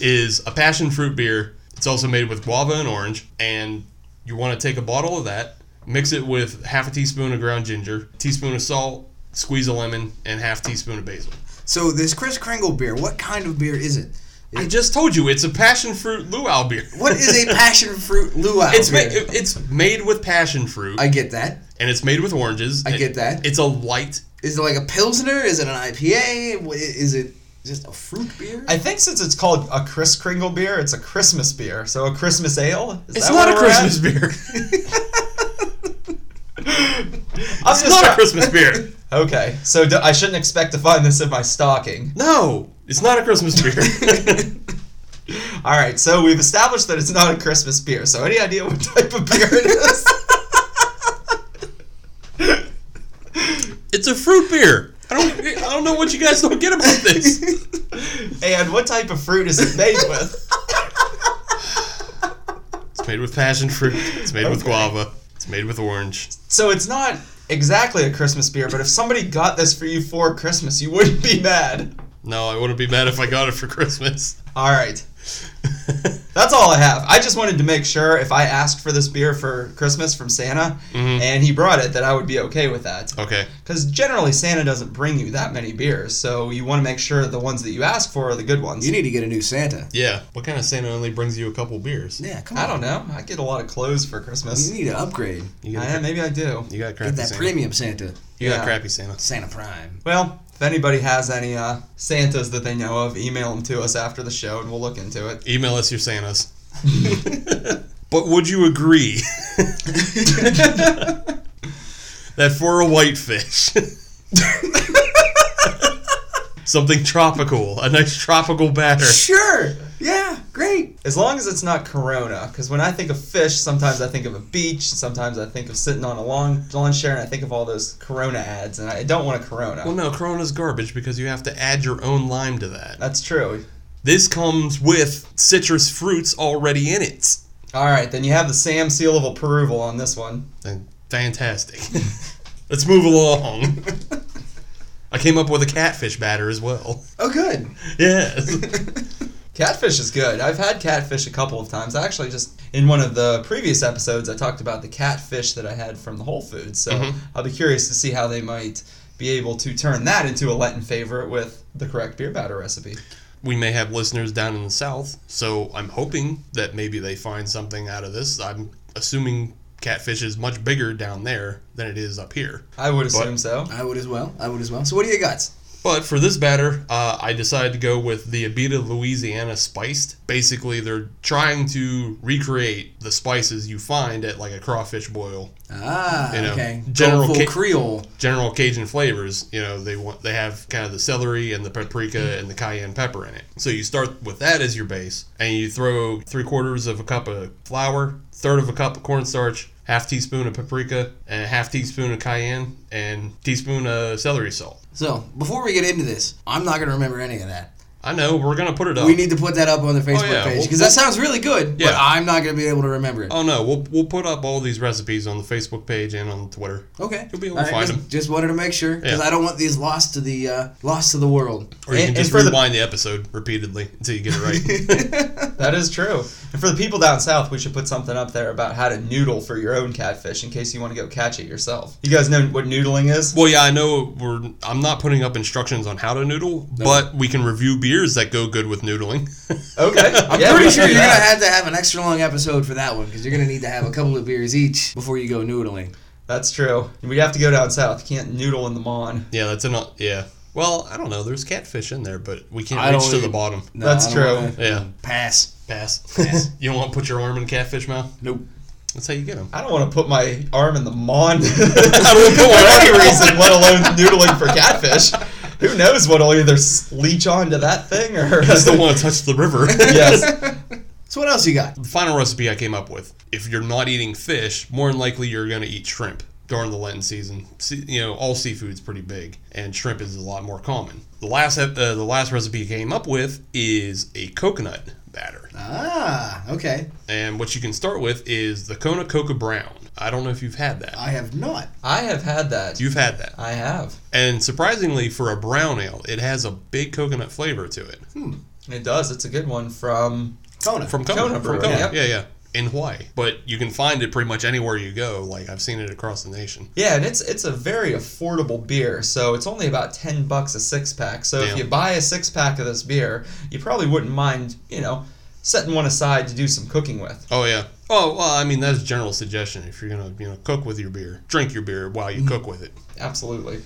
is a passion fruit beer. It's also made with guava and orange, and you want to take a bottle of that, mix it with half a teaspoon of ground ginger, teaspoon of salt, squeeze a lemon, and half teaspoon of basil. So, this Chris Kringle beer, what kind of beer is it? I just told you it's a passion fruit luau beer. What is a passion fruit luau? It's ma- beer? it's made with passion fruit, I get that. and it's made with oranges. I get that. It's a light. Is it like a Pilsner? Is it an IPA? Wh- Is it just a fruit beer? I think since it's called a Kris Kringle beer, it's a Christmas beer. So a Christmas ale? Is It's that not a where we're at? Christmas beer. I'm it's just not a try- Christmas beer. Okay, so d- I shouldn't expect to find this in my stocking. No, it's not a Christmas beer. All right, so we've established that it's not a Christmas beer. So any idea what type of beer it is? it's a fruit beer. I don't. I don't know what you guys don't get about this. and what type of fruit is it made with? It's made with passion fruit. It's made with Okay. guava. It's made with orange. So it's not exactly a Christmas beer, but if somebody got this for you for Christmas, you wouldn't be mad. No, I wouldn't be mad if I got it for Christmas. All right, that's all I have. I just wanted to make sure if I asked for this beer for Christmas from Santa Mm-hmm. and he brought it, that I would be okay with that. Oh. okay. Because generally, Santa doesn't bring you that many beers, so you want to make sure the ones that you ask for are the good ones. you need to get a new Santa. Yeah. What kind of Santa only brings you a couple beers? Yeah, come on. I don't know. I get a lot of clothes for Christmas. You need to upgrade. You got, a Yeah, cra- maybe I do. you got a crappy Get that Santa. premium Santa. You got Yeah. a crappy Santa. Santa Prime. Well, if anybody has any uh, Santas that they know of, email them to us after the show and we'll look into it. Email us your Santas. but would you agree that for a whitefish, something tropical, a nice tropical batter? Sure. Yeah, great. As long as it's not Corona, because when I think of fish, sometimes I think of a beach, sometimes I think of sitting on a lawn, lawn chair, and I think of all those Corona ads, and I don't want a Corona. Well, no, Corona's garbage because you have to add your own lime to that. That's true. This comes with citrus fruits already in it. All right, then you have the Sam seal of approval on this one. Then- Fantastic. Let's move along. I came up with a catfish batter as well. Oh, good. Yes. Catfish is good. I've had catfish a couple of times. I actually just in one of the previous episodes I talked about the catfish that I had from the Whole Foods. So Mm-hmm. Mhm. I'll be curious to see how they might be able to turn that into a Lenten favorite with the correct beer batter recipe. we may have listeners down in the south so i'm hoping that maybe they find something out of this i'm assuming catfish is much bigger down there than it is up here I would assume so. I would as well. I would as well. So, what do you got? but for this batter uh, i decided to go with the abita louisiana spiced basically they're trying to recreate the spices you find at like a crawfish boil Ah, You know, okay. general Going full ca- Creole. general Cajun flavors. You know, they want they have kind of the celery and the Mm. paprika and the cayenne pepper in it. So you start with that as your base, and you throw three quarters of a cup of flour, third of a cup of cornstarch, half teaspoon of paprika, and a half teaspoon of cayenne, and teaspoon of celery salt. So, before we get into this, I'm not going to remember any of that. I know. We're gonna put it up. We need to put that up on the Facebook Oh. yeah, page we'll- because that sounds really good. But Yeah. I'm not gonna be able to remember it. oh no, we'll we'll put up all these recipes on the Facebook page and on Twitter. Okay, You'll be able All to right, find just, 'em. just wanted to make sure because Yeah. I don't want these lost to the uh, lost to the world. Or you And- and can just for the- rewind the episode repeatedly until you get it right. That is true. And for the people down south, we should put something up there about how to noodle for your own catfish in case you want to go catch it yourself. You guys know what noodling is? well, yeah, I know we're. I'm not putting up instructions on how to noodle, but we can review beers that go good with noodling. Okay. I'm Yeah, pretty we sure can do you're gonna that. have to have an extra long episode for that one because you're gonna need to have a couple of beers each before you go noodling. That's true. We'd have to go down south. You can't noodle in the mon. yeah, that's an. Yeah. Well, I don't know. There's catfish in there, but we can't I reach don't to the even- bottom. No, That's I don't true. wanna- Yeah. Pass. Pass. you don't want to put your arm in catfish mouth. Nope. That's how you get them. I don't want to put my arm in the mon I would put for any reason, let alone noodling for catfish. Who knows what'll either s- leech onto that thing or Just don't want to touch the river. Yes. So what else you got? The final recipe I came up with: if you're not eating fish, more than likely you're going to eat shrimp during the Lenten season. See, you know, all seafood's pretty big, and shrimp is a lot more common. The last ep- uh, the last recipe I came up with is a coconut batter, Ah, okay. and what you can start with is the Kona Coca Brown. I don't know if you've had that. I have not. I have had that. You've had that, I have. and surprisingly for a brown ale, it has a big coconut flavor to it It does. It's a good one from. Kona. from Kona. Kona from Brewery, Kona, yep. yeah, yeah. In Hawaii, but you can find it pretty much anywhere you go. Like I've seen it across the nation. Yeah, and it's it's a very affordable beer. So it's only about ten bucks a six pack. So Yeah. if you buy a six pack of this beer, you probably wouldn't mind, you know, setting one aside to do some cooking with. Oh yeah. Oh well, I mean that's a general suggestion if you're gonna you know cook with your beer, drink your beer while you cook with it. Absolutely.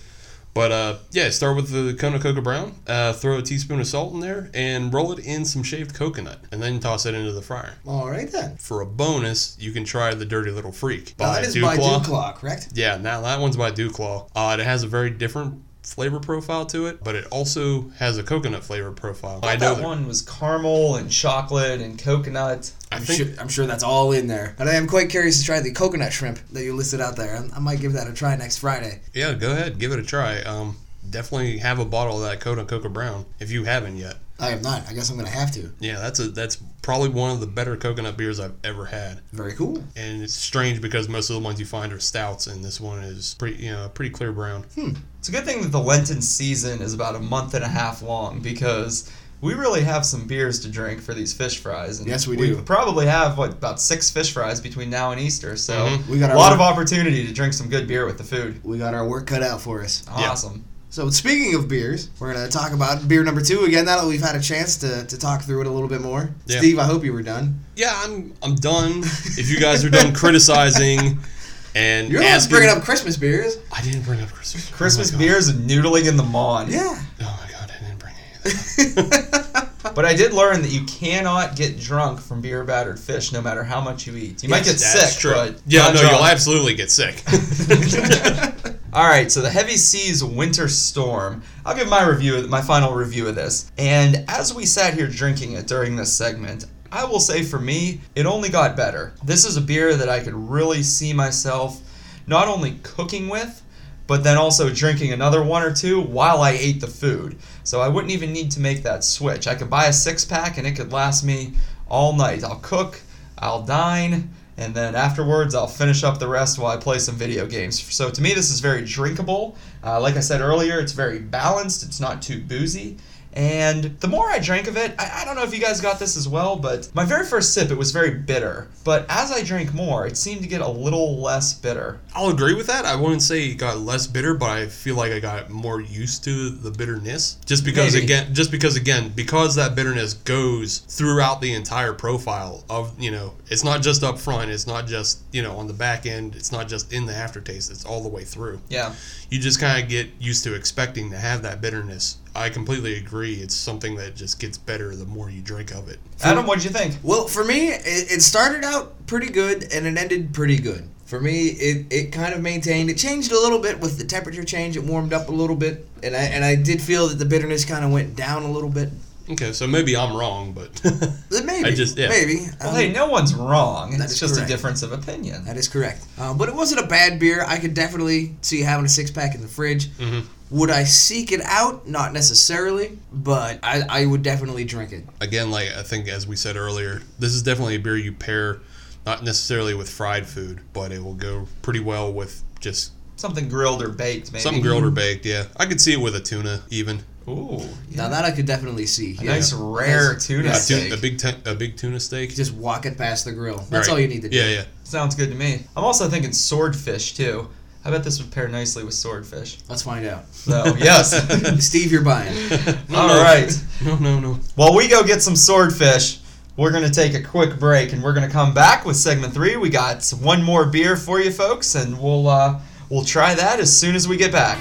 But uh, yeah, start with the Kona Coca Brown. Uh, throw a teaspoon of salt in there and roll it in some shaved coconut, and then toss it into the fryer. All right then. For a bonus, you can try the Dirty Little Freak Now, by that is Dew by Claw. Duclaw, correct? Yeah, now that one's by Dew Claw. Uh, it has a very different flavor profile to it, but it also has a coconut flavor profile. I know that that- one was caramel and chocolate and coconut. I I'm, think sure, I'm sure that's all in there. But I am quite curious to try the coconut shrimp that you listed out there. I- I might give that a try next Friday. Yeah, go ahead, give it a try. Um, definitely have a bottle of that Kona Coca Brown if you haven't yet. I am not. I guess I'm going to have to. Yeah, that's a that's probably one of the better coconut beers I've ever had, Very cool. and it's strange because most of the ones you find are stouts, and this one is pretty you know pretty clear brown. It's a good thing that the Lenten season is about a month and a half long because we really have some beers to drink for these fish fries. And Yes, we do. probably have what about six fish fries between now and Easter, so Mhm. We got a our lot of work- opportunity to drink some good beer with the food. We got our work cut out for us. Yeah. Awesome. So speaking of beers, we're going to talk about beer number two again. Now that we've had a chance to, to talk through it a little bit more. Yeah. Steve, I hope you were done. Yeah, I'm I'm done. If you guys are done criticizing and You're always asking, bringing up Christmas beers. I didn't bring up Christmas. Christmas oh my God. beers and noodling in the mon. Yeah. Oh my god, I didn't bring any. of But I did learn that you cannot get drunk from beer battered fish, no matter how much you eat. You might that. get That's sick, true. but yeah, not no, drunk. you'll absolutely get sick. All right, so the Heavy Seas Winter Storm. I'll give my review, of- my final review of this. And as we sat here drinking it during this segment, I will say for me, it only got better. This is a beer that I could really see myself not only cooking with, but then also drinking another one or two while I ate the food. So I wouldn't even need to make that switch. I could buy a six pack and it could last me all night. I'll cook, I'll dine, and then afterwards I'll finish up the rest while I play some video games. So to me, this is very drinkable. Uh, like I said earlier, it's very balanced, it's not too boozy. And the more I drank of it, I, I don't know if you guys got this as well, but my very first sip, it was very bitter. But as I drank more, it seemed to get a little less bitter. I'll agree with that. I wouldn't say it got less bitter, but I feel like I got more used to the bitterness. Just because Maybe. again, just because again, because that bitterness goes throughout the entire profile of you know, it's not just up front, it's not just you know on the back end, it's not just in the aftertaste, it's all the way through. Yeah. You just kind of get used to expecting to have that bitterness. I completely agree. It's something that just gets better the more you drink of it. Adam, what'd you think? Well, for me, it, it started out pretty good and it ended pretty good. For me, it, it kind of maintained. It changed a little bit with the temperature change. It warmed up a little bit, and I and I did feel that the bitterness kind of went down a little bit. Okay, so maybe I'm wrong, but But Maybe, I just- yeah. maybe. Well, Um, hey, no one's wrong. That It's is just correct. a difference of opinion. That is correct. Uh, but it wasn't a bad beer. I could definitely see having a six pack in the fridge. Mhm. Would I seek it out? Not necessarily, but I, I would definitely drink it. Again, like I think as we said earlier, this is definitely a beer you pair not necessarily with fried food, but it will go pretty well with just Something grilled or baked, maybe. something grilled or baked. Yeah, I could see it with a tuna even. Ooh, yeah. Now that I could definitely see. a yeah. nice rare tuna A, steak. tuna, a big tu- a big tuna steak. Just walk it past the grill. That's Right. all you need to do. Yeah, yeah. Sounds good to me. I'm also thinking swordfish too. I bet this would pair nicely with swordfish. Let's find out. So yes. Steve, you're buying. All right. No, no, no. While we go get some swordfish, we're gonna take a quick break and we're gonna come back with segment three. We got one more beer for you folks, and we'll uh, we'll try that as soon as we get back.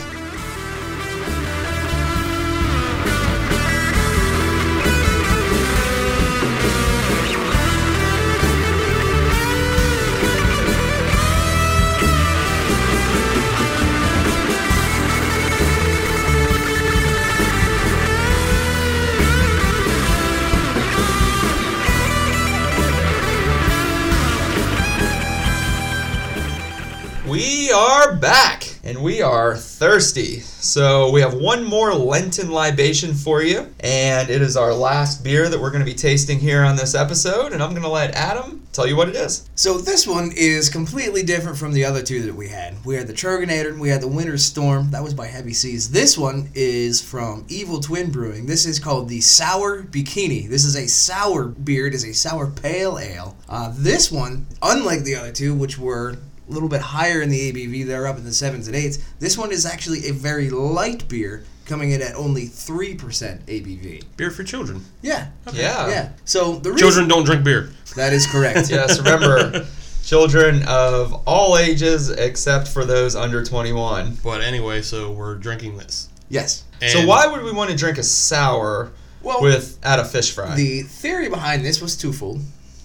We are back and we are thirsty. So, we have one more Lenten libation for you, and it is our last beer that we're going to be tasting here on this episode. And I'm going to let Adam tell you what it is. So this one is completely different from the other two that we had. We had the Troganator and we had the Winter Storm. That was by Heavy Seas. This one is from Evil Twin Brewing. This is called the Sour Bikini. This is a sour beer. It is a sour pale ale. Uh, this one, unlike the other two, which were a little bit higher in the ABV, they're up in the sevens and eights. This one is actually a very light beer, coming in at only three percent ABV. Beer for children. Yeah, Yeah. yeah. So the reason Children don't drink beer. that is correct. Yes, remember, children of all ages except for those under 21. But anyway, so we're drinking this. Yes. so, And- why would we want to drink a sour Well, with at a fish fry? Oh. The theory behind this was twofold.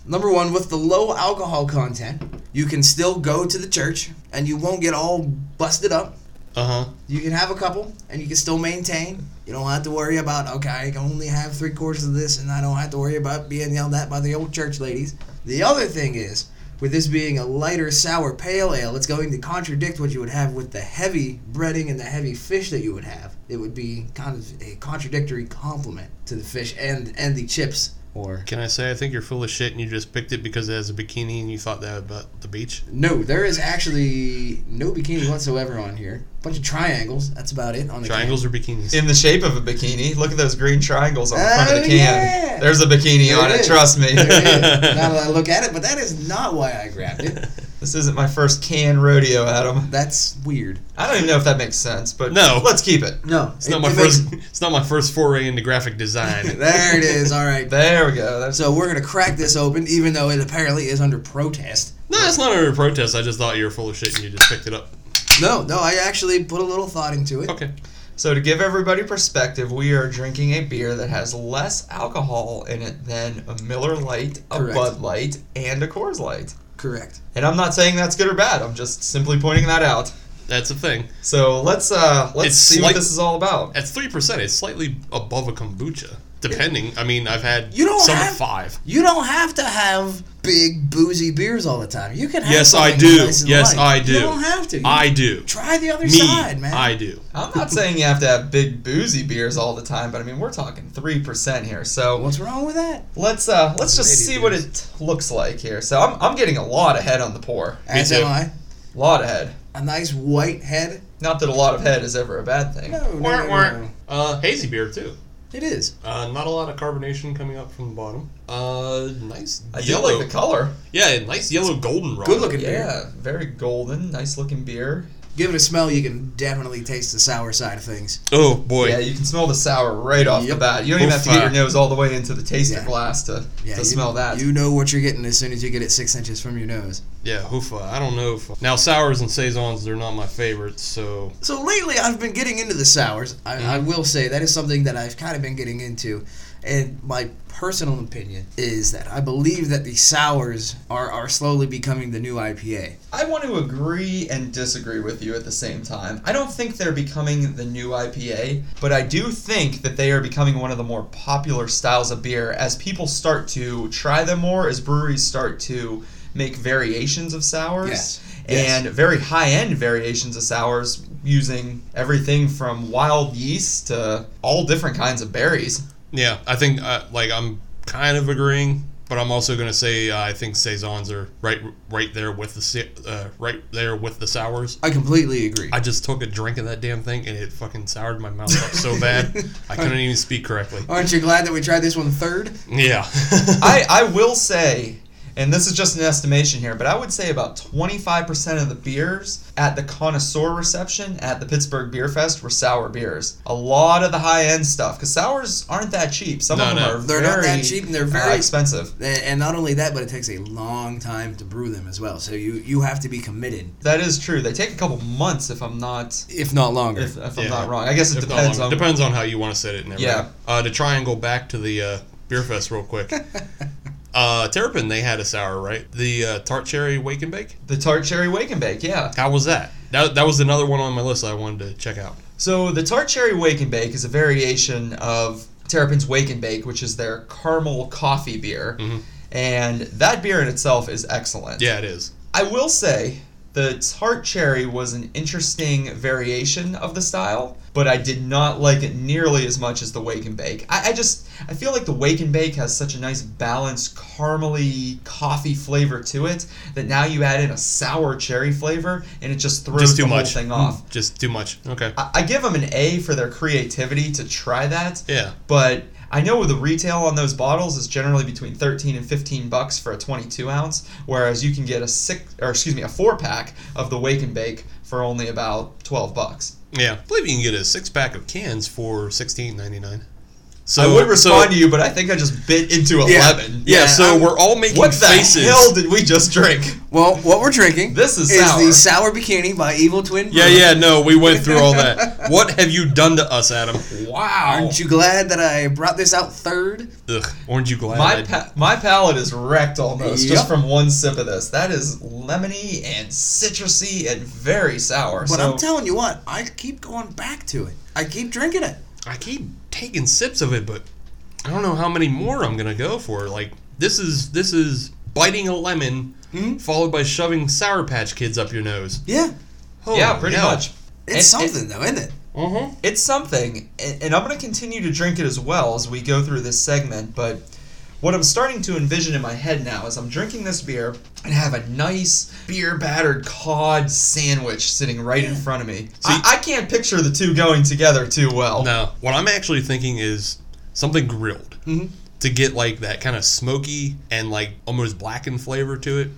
Number one, with the low alcohol content, you can still go to the church and you won't get all busted up. Uh huh. You can have a couple and you can still maintain. You don't have to worry about, okay, I can only have three quarters of this and I don't have to worry about being yelled at by the old church ladies. The other thing is, with this being a lighter sour pale ale, it's going to contradict what you would have with the heavy breading and the heavy fish that you would have. It would be kind of a contradictory compliment to the fish and and the chips or Can I say I think you're full of shit and you just picked it because it has a bikini and you thought that about the beach? No, there is actually no bikini whatsoever on here. Bunch of triangles. That's about it on the Triangles or bikinis? in the shape of a bikini. Look at those green triangles on the front of Oh, the can. yeah. There's a bikini There on it it, is. trust me. Can. There it is. now that I look at it, but that is not why I grabbed it. This isn't my first can rodeo, Adam. That's weird. I don't even know if that makes sense, but No. let's keep it. No, It's not my first. It's not my first foray into graphic design. there it is. All right. There we go. That's So we're gonna crack this open, even though it apparently is under protest. no, it's not under protest. I just thought you were full of shit and you just picked it up. No, no, I actually put a little thought into it. Okay. so to give everybody perspective, we are drinking a beer that has less alcohol in it than a Miller Lite, a Correct. Bud Light, and a Coors Light. Correct. And I'm not saying that's good or bad. I'm just simply pointing that out. That's a thing. So let's uh let's It's see slight- what this is all about. At three percent, it's slightly above a kombucha. Depending, I mean, I've had You don't some at have- five. You don't have to have big boozy beers all the time. You can have Yes, I something do. nice and Yes, light. I do. You don't have to. You I do. try the other Me, side, man. I do. I'm not saying you have to have big boozy beers all the time, but I mean we're talking three percent here. So What's wrong with that? let's uh let's just Lady see what it looks like here. So I'm I'm getting a lot ahead on the pour, As too. am I. a lot ahead. A nice white head. Not that a lot of head is ever a bad thing. No, no, Warrant, no, warrant. no. Uh, hazy beer too. It is. Uh, not a lot of carbonation coming up from the bottom. Uh, nice I do yellow. like the color. yeah, nice yellow goldenrod. Good looking beer. Yeah, very golden, nice looking beer. Give it a smell, you can definitely taste the sour side of things. Oh boy. Yeah, you can smell the sour right off Yep. the bat. You don't even have to Oof, get your uh, nose all the way into the taster Yeah. glass to, Yeah, to you, smell that. You know what you're getting as soon as you get it six inches from your nose. Yeah, hoofa. I don't know if now sours and saisons they're not my favorites. So So lately, I've been getting into the sours. I, I Mm-hmm. will say that is something that I've kind of been getting into, and my personal opinion is that I believe that the sours are are slowly becoming the new IPA. I want to agree and disagree with you at the same time. I don't think they're becoming the new IPA, but I do think that they are becoming one of the more popular styles of beer as people start to try them more, as breweries start to make variations of sours Yes. Yes. and very high end variations of sours using everything from wild yeast to all different kinds of berries. Yeah, I think uh, like I'm kind of agreeing, but I'm also gonna say uh, I think saisons are right right there with the sa- uh, right there with the sours. I completely agree. I just took a drink of that damn thing and it fucking soured my mouth up so bad I couldn't even speak correctly. Aren't you glad that we tried this one third? Yeah, I, I will say, and this is just an estimation here, but I would say about 25% of the beers at the connoisseur reception at the Pittsburgh Beer Fest were sour beers. A lot of the high end stuff, because sours aren't that cheap. Some No, of them no. are They're not very, that cheap and they're uh, very- expensive. And and not only that, but it takes a long time to brew them as well. So you you have to be committed, That is true. They take a couple months if I'm not if not longer. if, if Yeah. I'm not wrong. I guess it If not depends long- on depends on how you want to set it. And everything. Yeah. Uh, to try and go back to the uh, beer fest real quick. Uh, Terrapin, they had a sour, right? The uh, tart cherry wake and bake. the tart cherry wake and bake. Yeah. How was that? That that was another one on my list I wanted to check out. So the tart cherry wake and bake is a variation of Terrapin's Wake and Bake, which is their caramel coffee beer, and that beer in itself is excellent. Mm-hmm. Yeah, it is. I will say the tart cherry was an interesting variation of the style, but I did not like it nearly as much as the Wake and Bake. I, I just I feel like the Wake and Bake has such a nice balanced caramely coffee flavor to it that now you add in a sour cherry flavor and it just throws Just the too whole much. Mm, thing off. Just too much. Okay. I, I give them an A for their creativity to try that. Yeah. But I know the retail on those bottles is generally between 13 and 15 bucks for a 22 ounce, whereas you can get a six or excuse me a four pack of the Wake and Bake for only about 12 bucks. Yeah, I believe you can get a six pack of cans for sixteen ninety nine. So I would respond so- to you, but I think I just bit into Yeah. 11. Yeah, Yeah, so I'm- we're all making What the faces. hell did we just drink? well, what we're drinking This is the sour bikini by Evil Twin. yeah, Brewing. yeah, no, we went through all that. what have you done to us, Adam? Wow. Aren't you glad that I brought this out third? Ugh, aren't you glad? My I- pa- my palate is wrecked almost just Yep. from one sip of this. That is lemony and citrusy and very sour. But so I'm telling you what, I keep going back to it. I keep drinking it. I keep taking sips of it, but I don't know how many more I'm gonna go for. Like this is this is biting a lemon, Hmm? followed by shoving Sour Patch Kids up your nose. Yeah, Holy yeah, pretty hell. much. it's It- it- something though, isn't it? Mhm. it's something, and and I'm going to continue to drink it as well as we go through this segment. But what I'm starting to envision in my head now is I'm drinking this beer and have a nice beer battered cod sandwich sitting right in front of me. I, I can't picture the two going together too well. No, what I'm actually thinking is something grilled to get like that kind of smoky and like almost blackened flavor to it,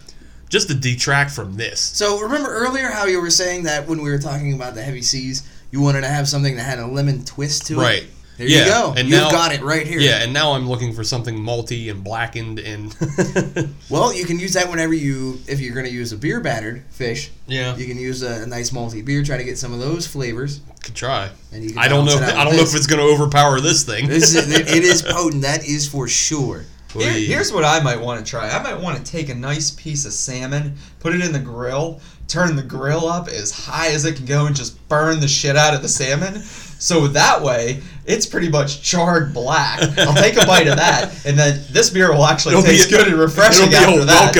just to detract from this. So remember earlier how you were saying that when we were talking about the heavy seas, you wanted to have something that had a lemon twist to it. Right. There Yeah, you go. and You've now- got it right here. Yeah, and now I'm looking for something malty and blackened and Well, you can use that whenever you, if you're going to use a beer battered fish, yeah, you you can use a, a nice malty beer. Try to get some of those flavors. could try. And you can I don't know. balance If, it out I don't with know if this. it's gonna overpower this thing. This is, it is potent. That is for sure. Here- Oy. here's what I might want to try. I might want to take a nice piece of salmon, put it in the grill, turn the grill up as high as it can go, and just burn the shit out of the salmon. So that way, it's pretty much charred black. I'll take a bite of that, and then this beer will actually It'll be taste a- good and refreshing It'll after be a that.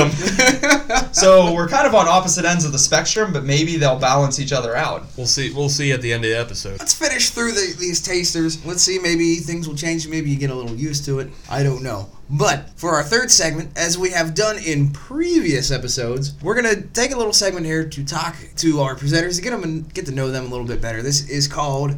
welcome. So we're kind of on opposite ends of the spectrum, but maybe they'll balance each other out. we'll see. We'll see at the end of the episode. Let's finish through the, these tasters. Let's see, maybe things will change. Maybe you get a little used to it. I don't know. But for our third segment, as we have done in previous episodes, we're gonna take a little segment here to talk to our presenters to get them and get to know them a little bit better. This is called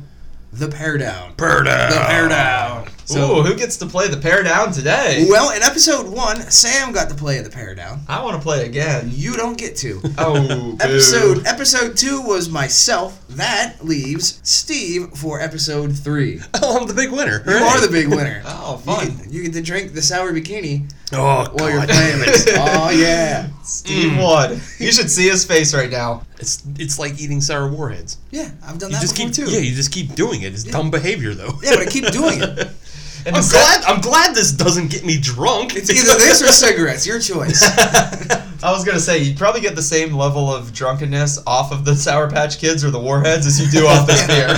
the Pair Down. Burn The Pair Down. So, Ooh, who gets to play the pair down today? well, in episode one, Sam got to play the Pair Down. I want to play again. You don't get to. Oh, boo. Episode episode two was myself. That leaves Steve for episode three. Oh, I'm the big winner. You are the big winner. Oh, Ah, You fun. get, you get to drink the sour bikini Oh, while you're God. playing it. oh yeah, Steve Wood. You should see his face right now. It's it's like eating sour warheads. yeah. I've done You that just before keep too. yeah, you just keep doing it. It's dumb behavior though. Yeah, but I keep doing it. And the I'm se- glad I'm glad this doesn't get me drunk. It's either this or cigarettes. Your choice. I was gonna say you'd probably get the same level of drunkenness off of the Sour Patch Kids or the Warheads as you do off this beer.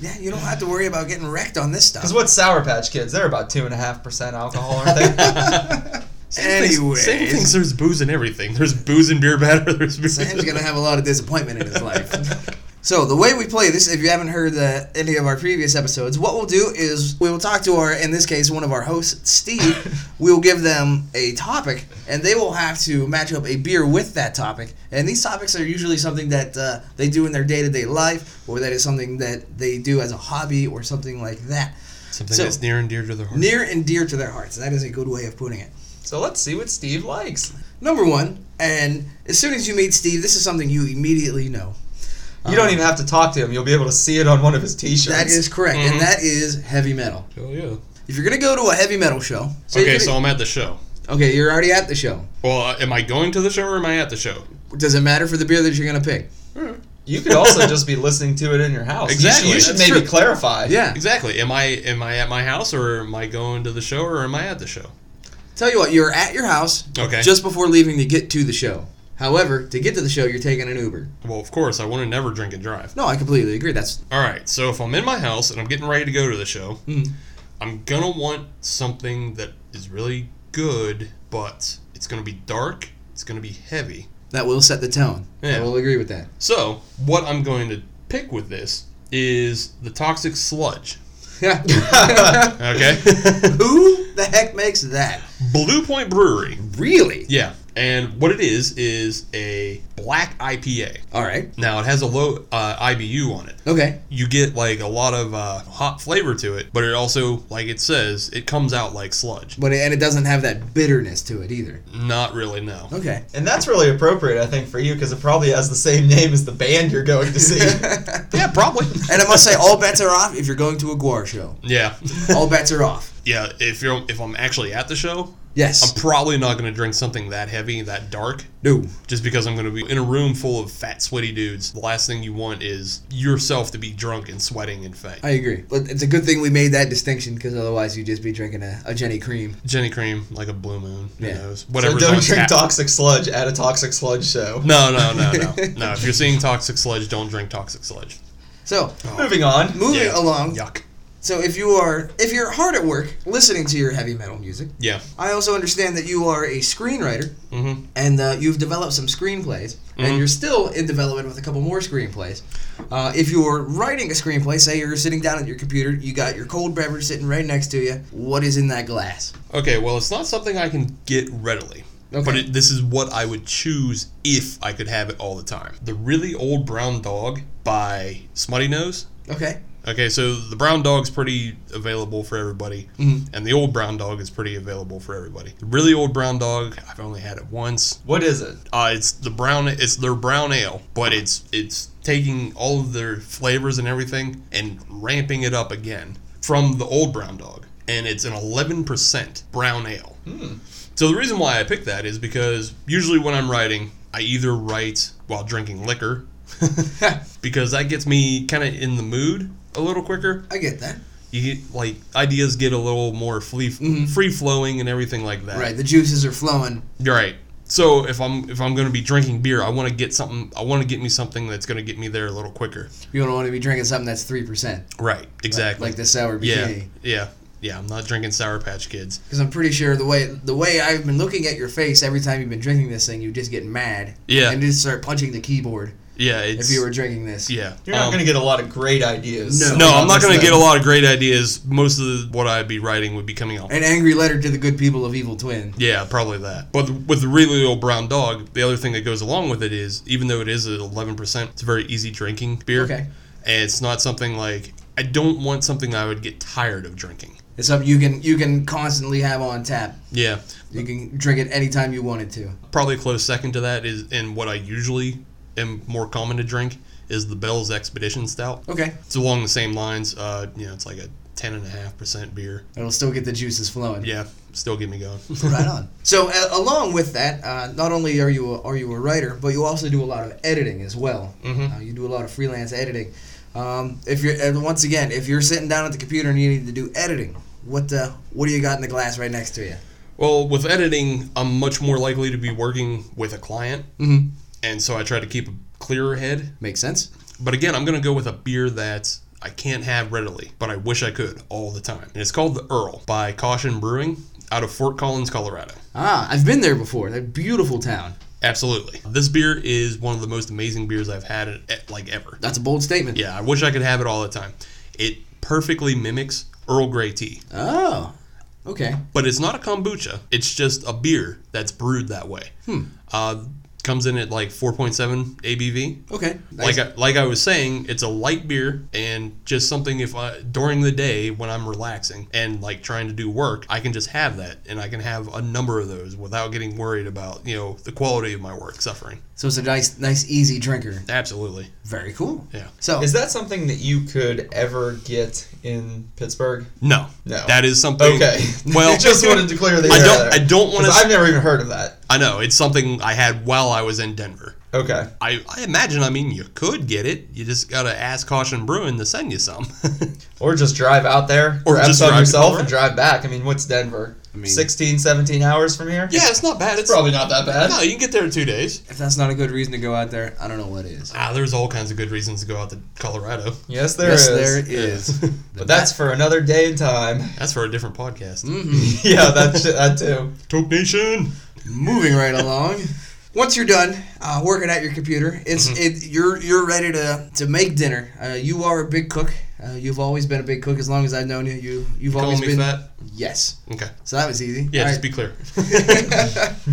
Yeah, you don't have to worry about getting wrecked on this stuff. Because what's Sour Patch Kids? They're about two and a half percent alcohol, aren't they? Same things- same Anyways. things. There's booze in everything. There's booze in beer batter. There's booze. Sam's in- gonna have a lot of disappointment in his life. So the way we play this, if you haven't heard uh, any of our previous episodes, what we'll do is we will talk to our, in this case, one of our hosts, Steve. we will give them a topic, and they will have to match up a beer with that topic. And these topics are usually something that uh, they do in their day-to-day life, or that is something that they do as a hobby, or something like that. Something So- that's near and dear to the heart. Near and dear to their hearts. That is a good way of putting it. So let's see what Steve likes. Number one, and as soon as you meet Steve, this is something you immediately know. You don't Um, even have to talk to him. You'll be able to see it on one of his T-shirts. That is correct, Mhm. Mm-hmm. and that is heavy metal. Oh yeah. If you're gonna go to a heavy metal show, you're okay, gonna- so I'm at the show. okay, you're already at the show. Well, uh, am I going to the show or am I at the show? Does it matter for the beer that you're gonna pick? You could also just be listening to it in your house. You should- Exactly. You should, That's maybe true. clarify. Yeah. Exactly. Am I am I at my house or am I going to the show or am I at the show? Tell you what, you're at your house Okay. just before leaving to get to the show. However, to get to the show, you're taking an Uber. well, of course, I want to never drink and drive. No, I completely agree. That's All right. So if I'm in my house and I'm getting ready to go to the show, Mm. I'm gonna want something that is really good, but it's gonna be dark. It's gonna be heavy. that will set the tone. I Yeah. will agree with that. So what I'm going to pick with this is the toxic sludge. Yeah. Okay. Who the heck makes that? Blue Point Brewery. Really? Yeah. And what it is is a black IPA. All right. Now it has a low uh, IBU on it. Okay. You get like a lot of uh, hot flavor to it, but it also, like it says, it comes out like sludge. But it, and it doesn't have that bitterness to it either. Not really, no. Okay. And that's really appropriate, I think, for you because it probably has the same name as the band you're going to see. and Yeah, probably. I must say, all bets are off if you're going to a Guar show. yeah, All bets are off. yeah. If you're if I'm actually at the show, Yes. I'm probably not going to drink something that heavy, that dark, no. just because I'm going to be in a room full of fat, sweaty dudes. The last thing you want is yourself to be drunk and sweating and fat. I agree. But it's a good thing we made that distinction because otherwise you'd just be drinking a, a Jenny Cream. Jenny cream, like a blue moon. Who Yeah. knows? so Whatever's on don't drink tap. toxic sludge at a toxic sludge show. No, no, no, no, no. If you're seeing toxic sludge, don't drink toxic sludge. So Moving on. moving Yeah. along. Yuck. So if you are if you're hard at work listening to your heavy metal music, Yeah. I also understand that you are a screenwriter Mm-hmm. and uh, you've developed some screenplays and you're still in development with a couple more screenplays. Uh, if you're writing a screenplay, say you're sitting down at your computer, you got your cold beverage sitting right next to you. What is in that glass? Okay. Well, it's not something I can get readily. Okay. But it, this is what I would choose if I could have it all the time. The really old brown dog by Smutty Nose. Okay. Okay, so the brown dog's pretty available for everybody, Mhm. and the old brown dog is pretty available for everybody. The really old brown dog, I've only had it once. What is it? Uh, it's the brown. It's their brown ale, but it's it's taking all of their flavors and everything and ramping it up again from the old brown dog, and it's an eleven percent brown ale. So the reason why I picked that is because usually when I'm writing, I either write while drinking liquor, because that gets me kind of in the mood a little quicker. I get that. You get, like ideas get a little more free free flowing and everything like that. Right. The juices are flowing. You're right. So if I'm if I'm gonna be drinking beer, I want to get something. I want to get me something that's gonna get me there a little quicker. You don't want to be drinking something that's three percent. Right. Exactly. like the sour yeah. bikini. Yeah. Yeah. I'm not drinking Sour Patch Kids. Because I'm pretty sure the way the way I've been looking at your face every time you've been drinking this thing, you just get mad. Yeah. And just start punching the keyboard Yeah. It's, if you were drinking this. Yeah. You're not Um, going to get a lot of great ideas. No. No, on I'm not this gonna thing. get a lot of great ideas. Most of the, what I'd be writing would be coming out. An angry letter to the good people of Evil Twin. Yeah, probably that. But with the really old brown dog, the other thing that goes along with it is, even though it is at 11%, it's a very easy drinking beer. Okay. And it's not something like I don't want something I would get tired of drinking. It's something you can you can constantly have on tap. Yeah. You can drink it anytime you wanted to. probably a close second to that is and what I usually am more common to drink is the Bell's Expedition Stout. Okay. It's along the same lines. Uh, you know, it's like a ten and a half percent beer. It'll still get the juices flowing. Yeah, still get me going. Right on. So uh, along with that, uh, not only are you a, are you a writer, but you also do a lot of editing as well. Mhm. Uh, you do a lot of freelance editing. Um, if you're and once again, if you're sitting down at the computer and you need to do editing, what uh, what do you got in the glass right next to you? well, with editing, I'm much more likely to be working with a client, Mm-hmm. and so I try to keep a clearer head. Makes sense. But again, I'm gonna go with a beer that I can't have readily, but I wish I could all the time. And it's called the Earl by Caution Brewing out of Fort Collins, Colorado. Ah, I've been there before. That beautiful town. Absolutely. This beer is one of the most amazing beers I've had at, like ever. That's a bold statement. Yeah, I wish I could have it all the time. It perfectly mimics Earl Grey tea, Oh. Okay. but it's not a kombucha. It's just a beer that's brewed that way. Hmm. Uh, comes in at like 4.7 ABV. Okay. Like I, like I was saying, it's a light beer and just something if I during the day when I'm relaxing and like trying to do work, I can just have that and I can have a number of those without getting worried about, you know, the quality of my work suffering. so it's a nice, nice, easy drinker. Absolutely. Very cool. Yeah. So Is that something that you could ever get in Pittsburgh? No. No. That is something Okay. Well, you just wanted to clear the I air don't- there. I don't wanna 'Cause s- I've never even heard of that. I know, it's something I had while I was in Denver. Okay. I, I imagine, I mean, you could get it. You just got to ask Caution Brewing to send you some. Or just drive out there, Or grab just some drive- yourself, and drive back. I mean, what's Denver? mean- Sixteen, seventeen 16, 17 hours from here? yeah, it's not bad. It's Probably not that bad. No, you can get there in two days. if that's not a good reason to go out there, I don't know what is. Ah, there's all kinds of good reasons to go out to Colorado. Yes, there yes, is. there is. But that's for another day and time. That's for a different podcast. Mm. Mm-hmm. yeah, that shit, that too. Toke Nation. Moving right along. Once you're done uh, working at your computer, it's Mm-hmm. it, you're you're ready to, to make dinner. Uh, you are a big cook. Uh, you've always been a big cook as long as I've known you. You you've Calling always me been fat. yes. Okay. So that was easy. Yeah, All just right. be clear.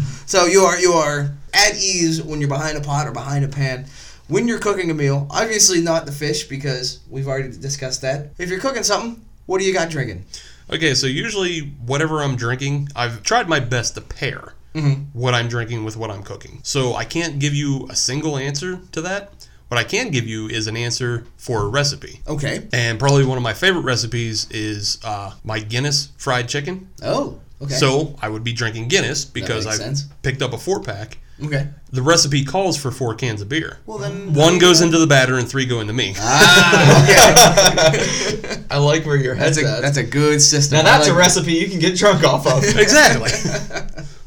so you are you are at ease when you're behind a pot or behind a pan. When you're cooking a meal, obviously not the fish because we've already discussed that. If you're cooking something, what do you got drinking? Okay, so usually whatever I'm drinking, I've tried my best to pair Mm-hmm. what I'm drinking with what I'm cooking. So I can't give you a single answer to that. What I can give you is an answer for a recipe. Okay. And probably one of my favorite recipes is uh, my Guinness fried chicken. Oh. Okay. So I would be drinking Guinness because I makes sense. picked up a four pack. okay. The recipe calls for four cans of beer. Well then. One goes into the batter and three go into me. Ah, okay. I like where your head's That's a at. that's a good system. now I that's a like- recipe you can get drunk off of. exactly.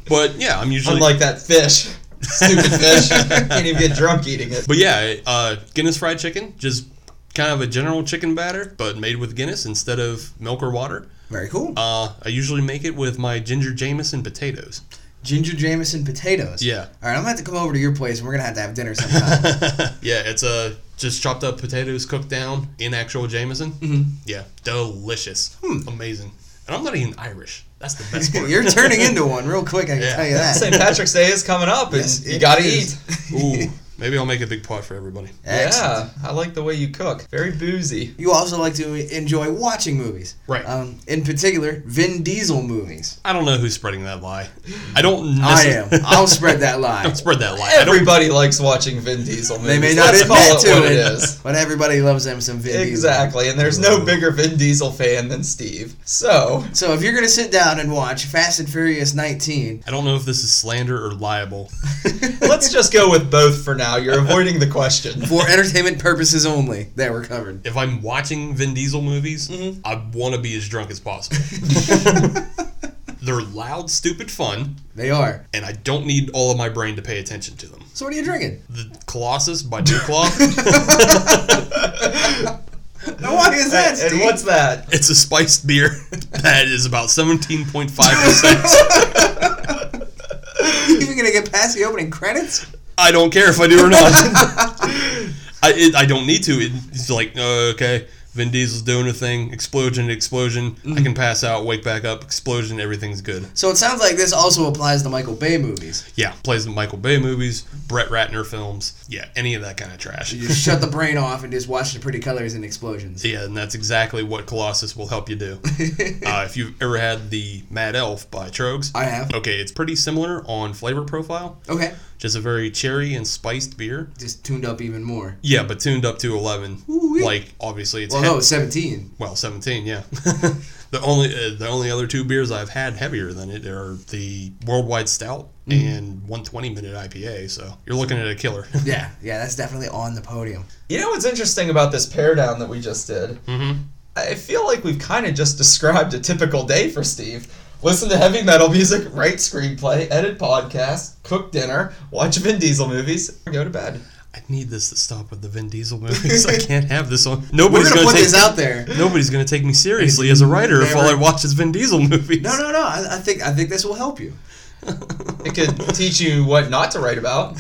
but yeah, I'm usually Unlike that fish. Stupid fish. Can't even get drunk eating it. But yeah, uh, Guinness fried chicken, just kind of a general chicken batter, but made with Guinness instead of milk or water. Very cool. Uh, I usually make it with my ginger Jameson potatoes. Ginger Jameson potatoes. Yeah. All right, I'm gonna have to come over to your place and we're gonna have to have dinner sometime. yeah, it's uh, just chopped up potatoes cooked down in actual Jameson. Mm-hmm. Yeah, delicious, Hmm, amazing. And I'm not even Irish. That's the best part. You're turning into one real quick. I can Yeah. tell you that. St. Patrick's Day is coming up, and Yes, you it gotta eat. is. Ooh, maybe I'll make a big pot for everybody. Excellent. Yeah, I like the way you cook. Very boozy. You also like to enjoy watching movies. Right. Um, in particular, Vin Diesel movies. I don't know who's spreading that lie. I don't. I am. necess- I'll spread that lie. don't spread that lie. I don't Everybody likes watching Vin Diesel movies. They may not Let's call admit it to what it, it is. but everybody loves them some Vin Exactly, and there's no bigger Vin Diesel fan than Steve. So, Diesel. So if you're gonna sit down and watch Fast and Furious 19, I don't know if this is slander or liable. let's just go with both for now. You're avoiding the question. for entertainment purposes only, there we're covered. if I'm watching Vin Diesel movies, I want to be as drunk as possible. They're loud, stupid fun, They are. and I don't need all of my brain to pay attention to them. So what are you drinking? The Colossus by Duclaw, Now what is that? and Steve? what's that? it's a spiced beer that is about 17.5%. even gonna get past the opening credits? I don't care if I do or not. I, it, I don't need to. It, it's like, uh, okay, Vin Diesel's doing a thing, explosion, explosion. I can pass out, wake back up, explosion, everything's good. So it sounds like this also applies to Michael Bay movies. Yeah, plays in Michael Bay movies, Brett Ratner films. Yeah, any of that kind of trash. You just shut the brain off and just watch the pretty colors and explosions. Yeah, and that's exactly what Colossus will help you do. uh, if you've ever had the Mad Elf by Trogs, I have. okay, it's pretty similar on flavor profile. Okay. Just a very cherry and spiced beer. Just tuned up even more. Yeah, but tuned up to 11. Ooh-wee. Like obviously it's Well, hea- no, it's 17. well 17, yeah. the only uh, the only other two beers I've had heavier than it are the Worldwide Stout Mm-hmm. and 120 minute IPA, so you're looking at a killer. Yeah, yeah, that's definitely on the podium. You know what's interesting about this pair down that we just did? mm-hmm. I feel like we've kind of just described a typical day for Steve. Listen to heavy metal music, write screenplay, edit podcast, cook dinner, watch Vin Diesel movies, and go to bed. I need this to stop with the Vin Diesel movies. I can't have this on. Nobody's We're gonna put going to take this out there. Nobody's going to take me seriously as a writer if all I Never. watch is Vin Diesel movies. No, no, no. I, I think I think this will help you. It could teach you what not to write about.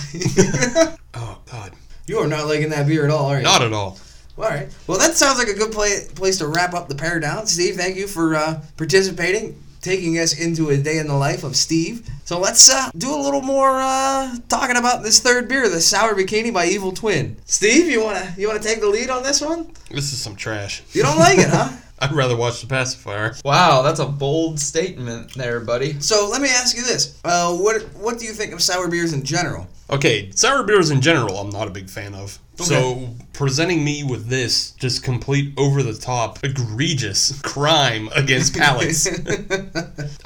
Oh God, You are not liking that beer at all, are you? not at all. All right. Well, that sounds like a good play, place to wrap up the pair down. Steve, thank you for uh, participating, taking us into a day in the life of Steve. So let's uh, do a little more uh, talking about this third beer, the Sour Bikini by Evil Twin. Steve, you wanna you wanna take the lead on this one? This is some trash. You don't like it, huh? I'd rather watch the pacifier. Wow, that's a bold statement there, buddy. So let me ask you this: uh, What what do you think of sour beers in general? Okay, sour beers in general, I'm not a big fan of. So presenting me with this just complete over the top egregious crime against pallets.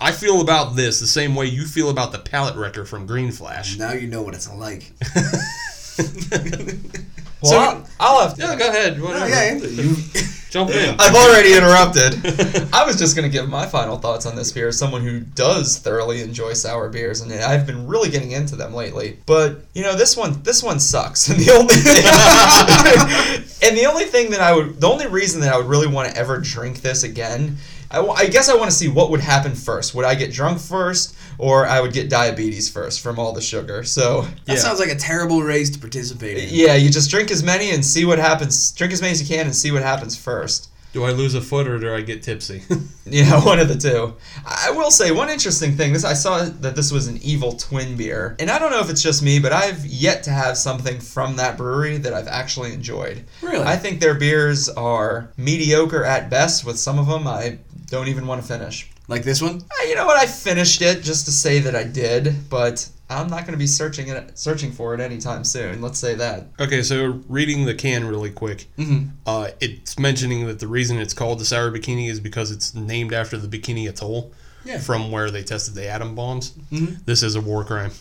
I feel about this the same way you feel about the pallet wrecker from Green Flash. now you know what it's like. Well, So- I'll, I'll have to. Yeah, go ahead. Whatever. Mm. yeah, you, Jump in. I've already interrupted. I was just going to give my final thoughts on this beer as someone who does thoroughly enjoy sour beers, and I've been really getting into them lately. But you know, this one, this one sucks. And the only thing, and the only thing that I would, the only reason that I would really want to ever drink this again. I wa- I guess I want to see what would happen first. Would I get drunk first, or I would get diabetes first from all the sugar? So that sounds like a terrible race to participate in. yeah, you just drink as many and see what happens. Drink as many as you can and see what happens first. Do I lose a foot or do I get tipsy? Yeah, one of the two. I I will say one interesting thing. This I saw that this was an evil twin beer, and I don't know if it's just me, but I've yet to have something from that brewery that I've actually enjoyed. Really? I think their beers are mediocre at best. With some of them, I don't even want to finish. Like this one? Uh, You know what? I finished it just to say that I did, but I'm not going to be searching it, searching for it anytime soon. Let's say that. Okay, so reading the can really quick, Mm-hmm. uh, it's mentioning that the reason it's called the Sour Bikini is because it's named after the Bikini Atoll, Yeah. from where they tested the atom bombs. Mhm. This is a war crime.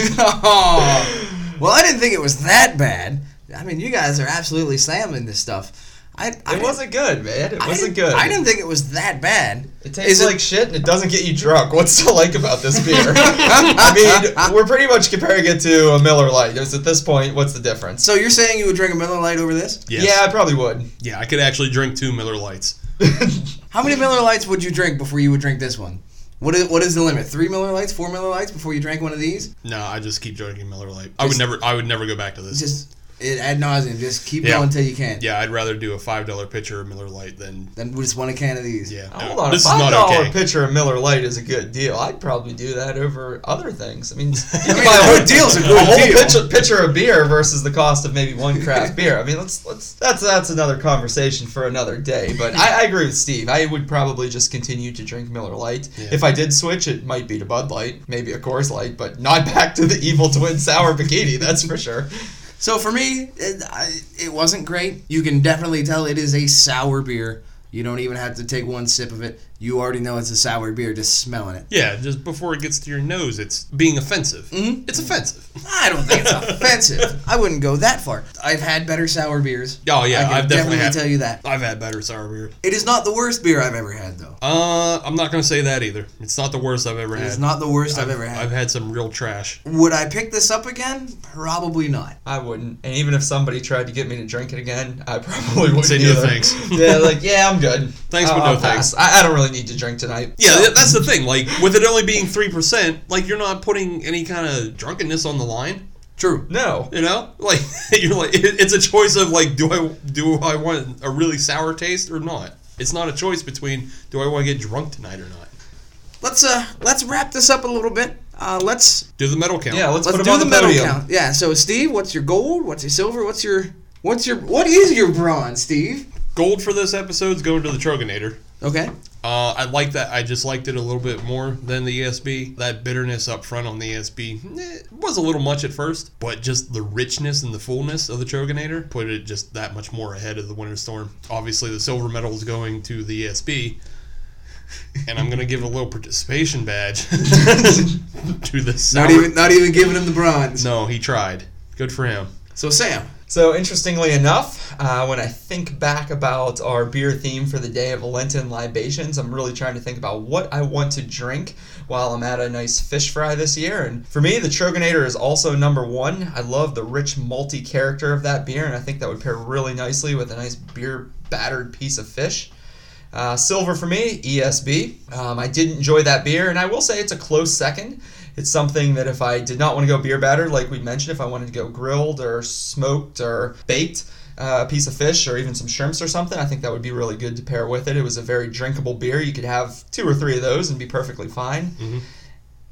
Aw. well, I didn't think it was that bad. I mean, you guys are absolutely slamming this stuff. I, I It didn't- wasn't good, man. It I wasn't didn't- good. I didn't think it was that bad. It tastes Is it- like shit and it doesn't get you drunk. What's to like about this beer? I mean, we're pretty much comparing it to a Miller Lite. It's at this point, what's the difference? So you're saying you would drink a Miller Lite over this? Yes. Yeah, I probably would. Yeah, I could actually drink two Miller Lights. How many Miller Lights would you drink before you would drink this one? What is what is the limit? Three Miller Lights, four Miller Lights before you drank one of these? No, I just keep drinking Miller Lite. I would never, I would never go back to this. Just it ad nauseum. Just keep Yeah. going until you can. Yeah, I'd rather do a five dollar pitcher of Miller Lite than Then we just want a can of these. yeah. Oh, no, Hold on, this a is not five dollar okay. pitcher of Miller Lite is a good deal. I'd probably do that over other things. I mean, you I can mean, buy a a good whole, deal's a a whole good deal. pitcher, pitcher of beer versus the cost of maybe one craft beer. I mean, let's let's that's that's another conversation for another day. But I, I agree with Steve. I would probably just continue to drink Miller Lite. Yeah. If I did switch, it might be to Bud Light, maybe a Coors Light, but not back to the evil twin sour bikini. That's for sure. So for me, it, I, it wasn't great. You can definitely tell it is a sour beer. You don't even have to take one sip of it. You already know it's a sour beer just smelling it. Yeah, just before it gets to your nose, it's being offensive. Mhm. It's offensive. I don't think it's offensive. I wouldn't go that far. I've had better sour beers. Oh yeah, I can I've definitely, definitely, had, tell you that. I've had better sour beer. It is not the worst beer I've ever had, though. Uh, I'm not gonna say that either. It's not the worst I've ever It had. is not the worst I've, ever had. I've had some real trash. Would I pick this up again? Probably not. I wouldn't. And even if somebody tried to get me to drink it again, I probably wouldn't. Say no either. thanks. yeah, like yeah, I'm good. Thanks, I'll- but no I'll pass. I, I don't really need to drink tonight. Yeah, th- that's the thing. Like with it only being three percent, like you're not putting any kind of drunkenness on the line. True. No. You know, like you're like it- it's a choice of like do I do I want a really sour taste or not? It's not a choice between do I want to get drunk tonight or not. Let's uh let's wrap this up a little bit. Uh, let's Do the metal count. Yeah, let's, let's put 'em do on the the, medal podium. count. Yeah. So Steve, what's your gold? What's your silver? What's your what's your what is your bronze, Steve? gold for this episode's going to the Troganator. Okay. Uh, I like that. I just liked it a little bit more than the ESB. That bitterness up front on the ESB eh, was a little much at first, but just the richness and the fullness of the Troganator put it just that much more ahead of the Winter Storm. Obviously, the silver medal is going to the ESB, and I'm gonna give a little participation badge to the sour. Not even not even giving him the bronze. no, he tried. Good for him. So Sam, So, interestingly enough, uh, when I think back about our beer theme for the day of Lenten libations, I'm really trying to think about what I want to drink while I'm at a nice fish fry this year. And for me, the Troganator is also number one. I love the rich, malty character of that beer, and I think that would pair really nicely with a nice beer battered piece of fish. Uh, silver for me, ESB. Um, I did enjoy that beer, and I will say it's a close second. It's something that if I did not want to go beer battered, like we mentioned, if I wanted to go grilled or smoked or baked, uh, a piece of fish or even some shrimps or something, I think that would be really good to pair with it. It was a very drinkable beer. You could have two or three of those and be perfectly fine.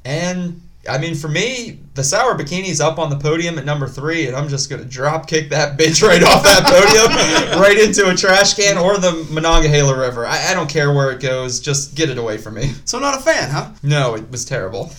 And I mean, for me, the sour bikini's up on the podium at number three, and I'm just gonna drop kick that bitch right off that podium, right into a trash can or the Monongahela River. I, I don't care where it goes. Just get it away from me. So not a fan, huh? No, it was terrible.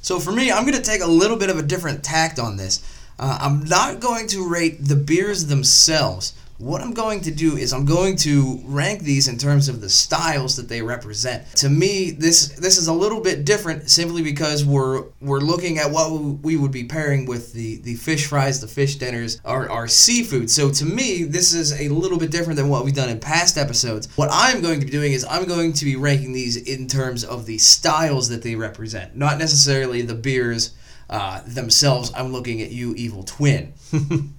So for me, I'm going to take a little bit of a different tact on this. Uh, I'm not going to rate the beers themselves. What I'm going to do is I'm going to rank these in terms of the styles that they represent. To me, this this is a little bit different simply because we're we're looking at what we would be pairing with the the fish fries, the fish dinners, our our seafood. So to me, this is a little bit different than what we've done in past episodes. What I'm going to be doing is I'm going to be ranking these in terms of the styles that they represent, not necessarily the beers uh, themselves. I'm looking at you, evil twin.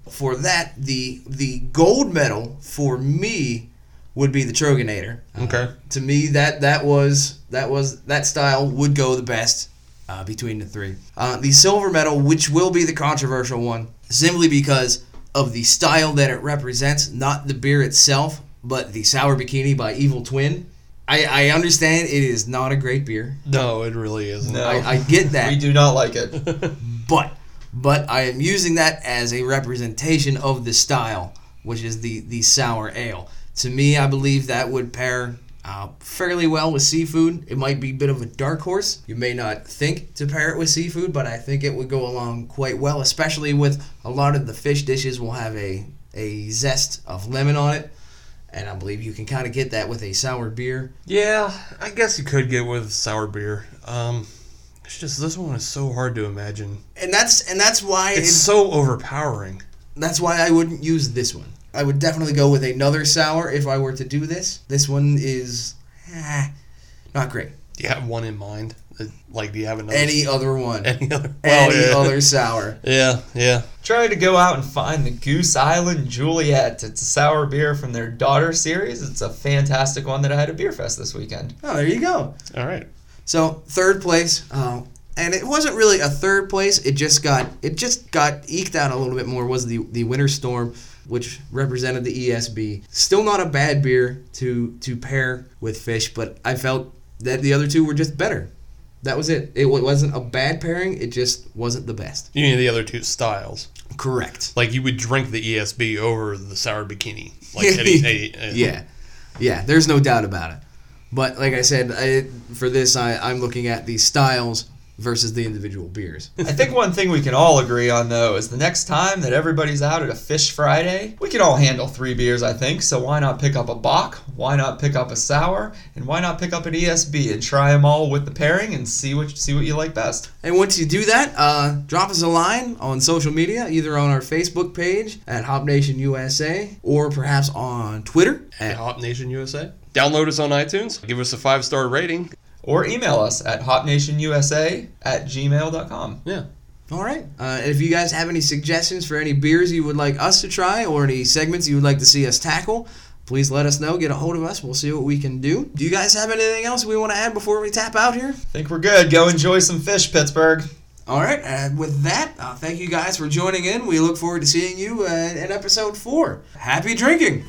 for that, the the gold medal for me would be the Troganator. Okay. To me, that that was that was that style would go the best uh, between the three. Uh, the silver medal, which will be the controversial one, simply because of the style that it represents, not the beer itself, but the sour bikini by Evil Twin. I, I understand it is not a great beer. No, it really isn't. No. I, I get that. We do not like it. but but I am using that as a representation of the style, which is the the sour ale. To me, I believe that would pair uh, fairly well with seafood. It might be a bit of a dark horse. You may not think to pair it with seafood, but I think it would go along quite well, especially with a lot of the fish dishes will have a a zest of lemon on it. And I believe you can kind of get that with a sour beer. Yeah, I guess you could get with sour beer. Um, it's just this one is so hard to imagine. And that's and that's why It's it's so overpowering. That's why I wouldn't use this one. I would definitely go with another sour if I were to do this. This one is ah, not great. Do you have one in mind? Uh, Like, do you have another? Any other one? any other? Any yeah. other sour? Yeah, yeah. Try to go out and find the Goose Island Juliet. It's a sour beer from their daughter series. It's a fantastic one that I had at Beer Fest this weekend. Oh, there you go. All right. So third place, uh, and it wasn't really a third place. It just got it just got eked out a little bit more. Was the the winter storm, which represented the ESB. Still not a bad beer to to pair with fish, but I felt that the other two were just better. That was it. It wa- wasn't a bad pairing. It just wasn't the best. You need the other two styles. Correct. Like, you would drink the ESB over the sour bikini. Like, any, any, uh, any- yeah, yeah. There's no doubt about it. But like I said, I, for this, I, I'm looking at the styles versus the individual beers. I think one thing we can all agree on, though, is the next time that everybody's out at a Fish Friday, we can all handle three beers, I think. So why not pick up a Bock? Why not pick up a Sour? And why not pick up an ESB and try them all with the pairing and see what see what you like best? And once you do that, uh, drop us a line on social media, either on our Facebook page at Hop Nation USA or perhaps on Twitter. At At, Hop Nation USA. Download us on iTunes. Give us a five star rating. Or email us at hopnationusa at gmail.com. Yeah. all right. Uh, if you guys have any suggestions for any beers you would like us to try or any segments you would like to see us tackle, please let us know. Get a hold of us. We'll see what we can do. Do you guys have anything else we want to add before we tap out here? I think we're good. Go enjoy some fish, Pittsburgh. All right. And with that, uh, thank you guys for joining in. We look forward to seeing you uh, in episode four. Happy drinking.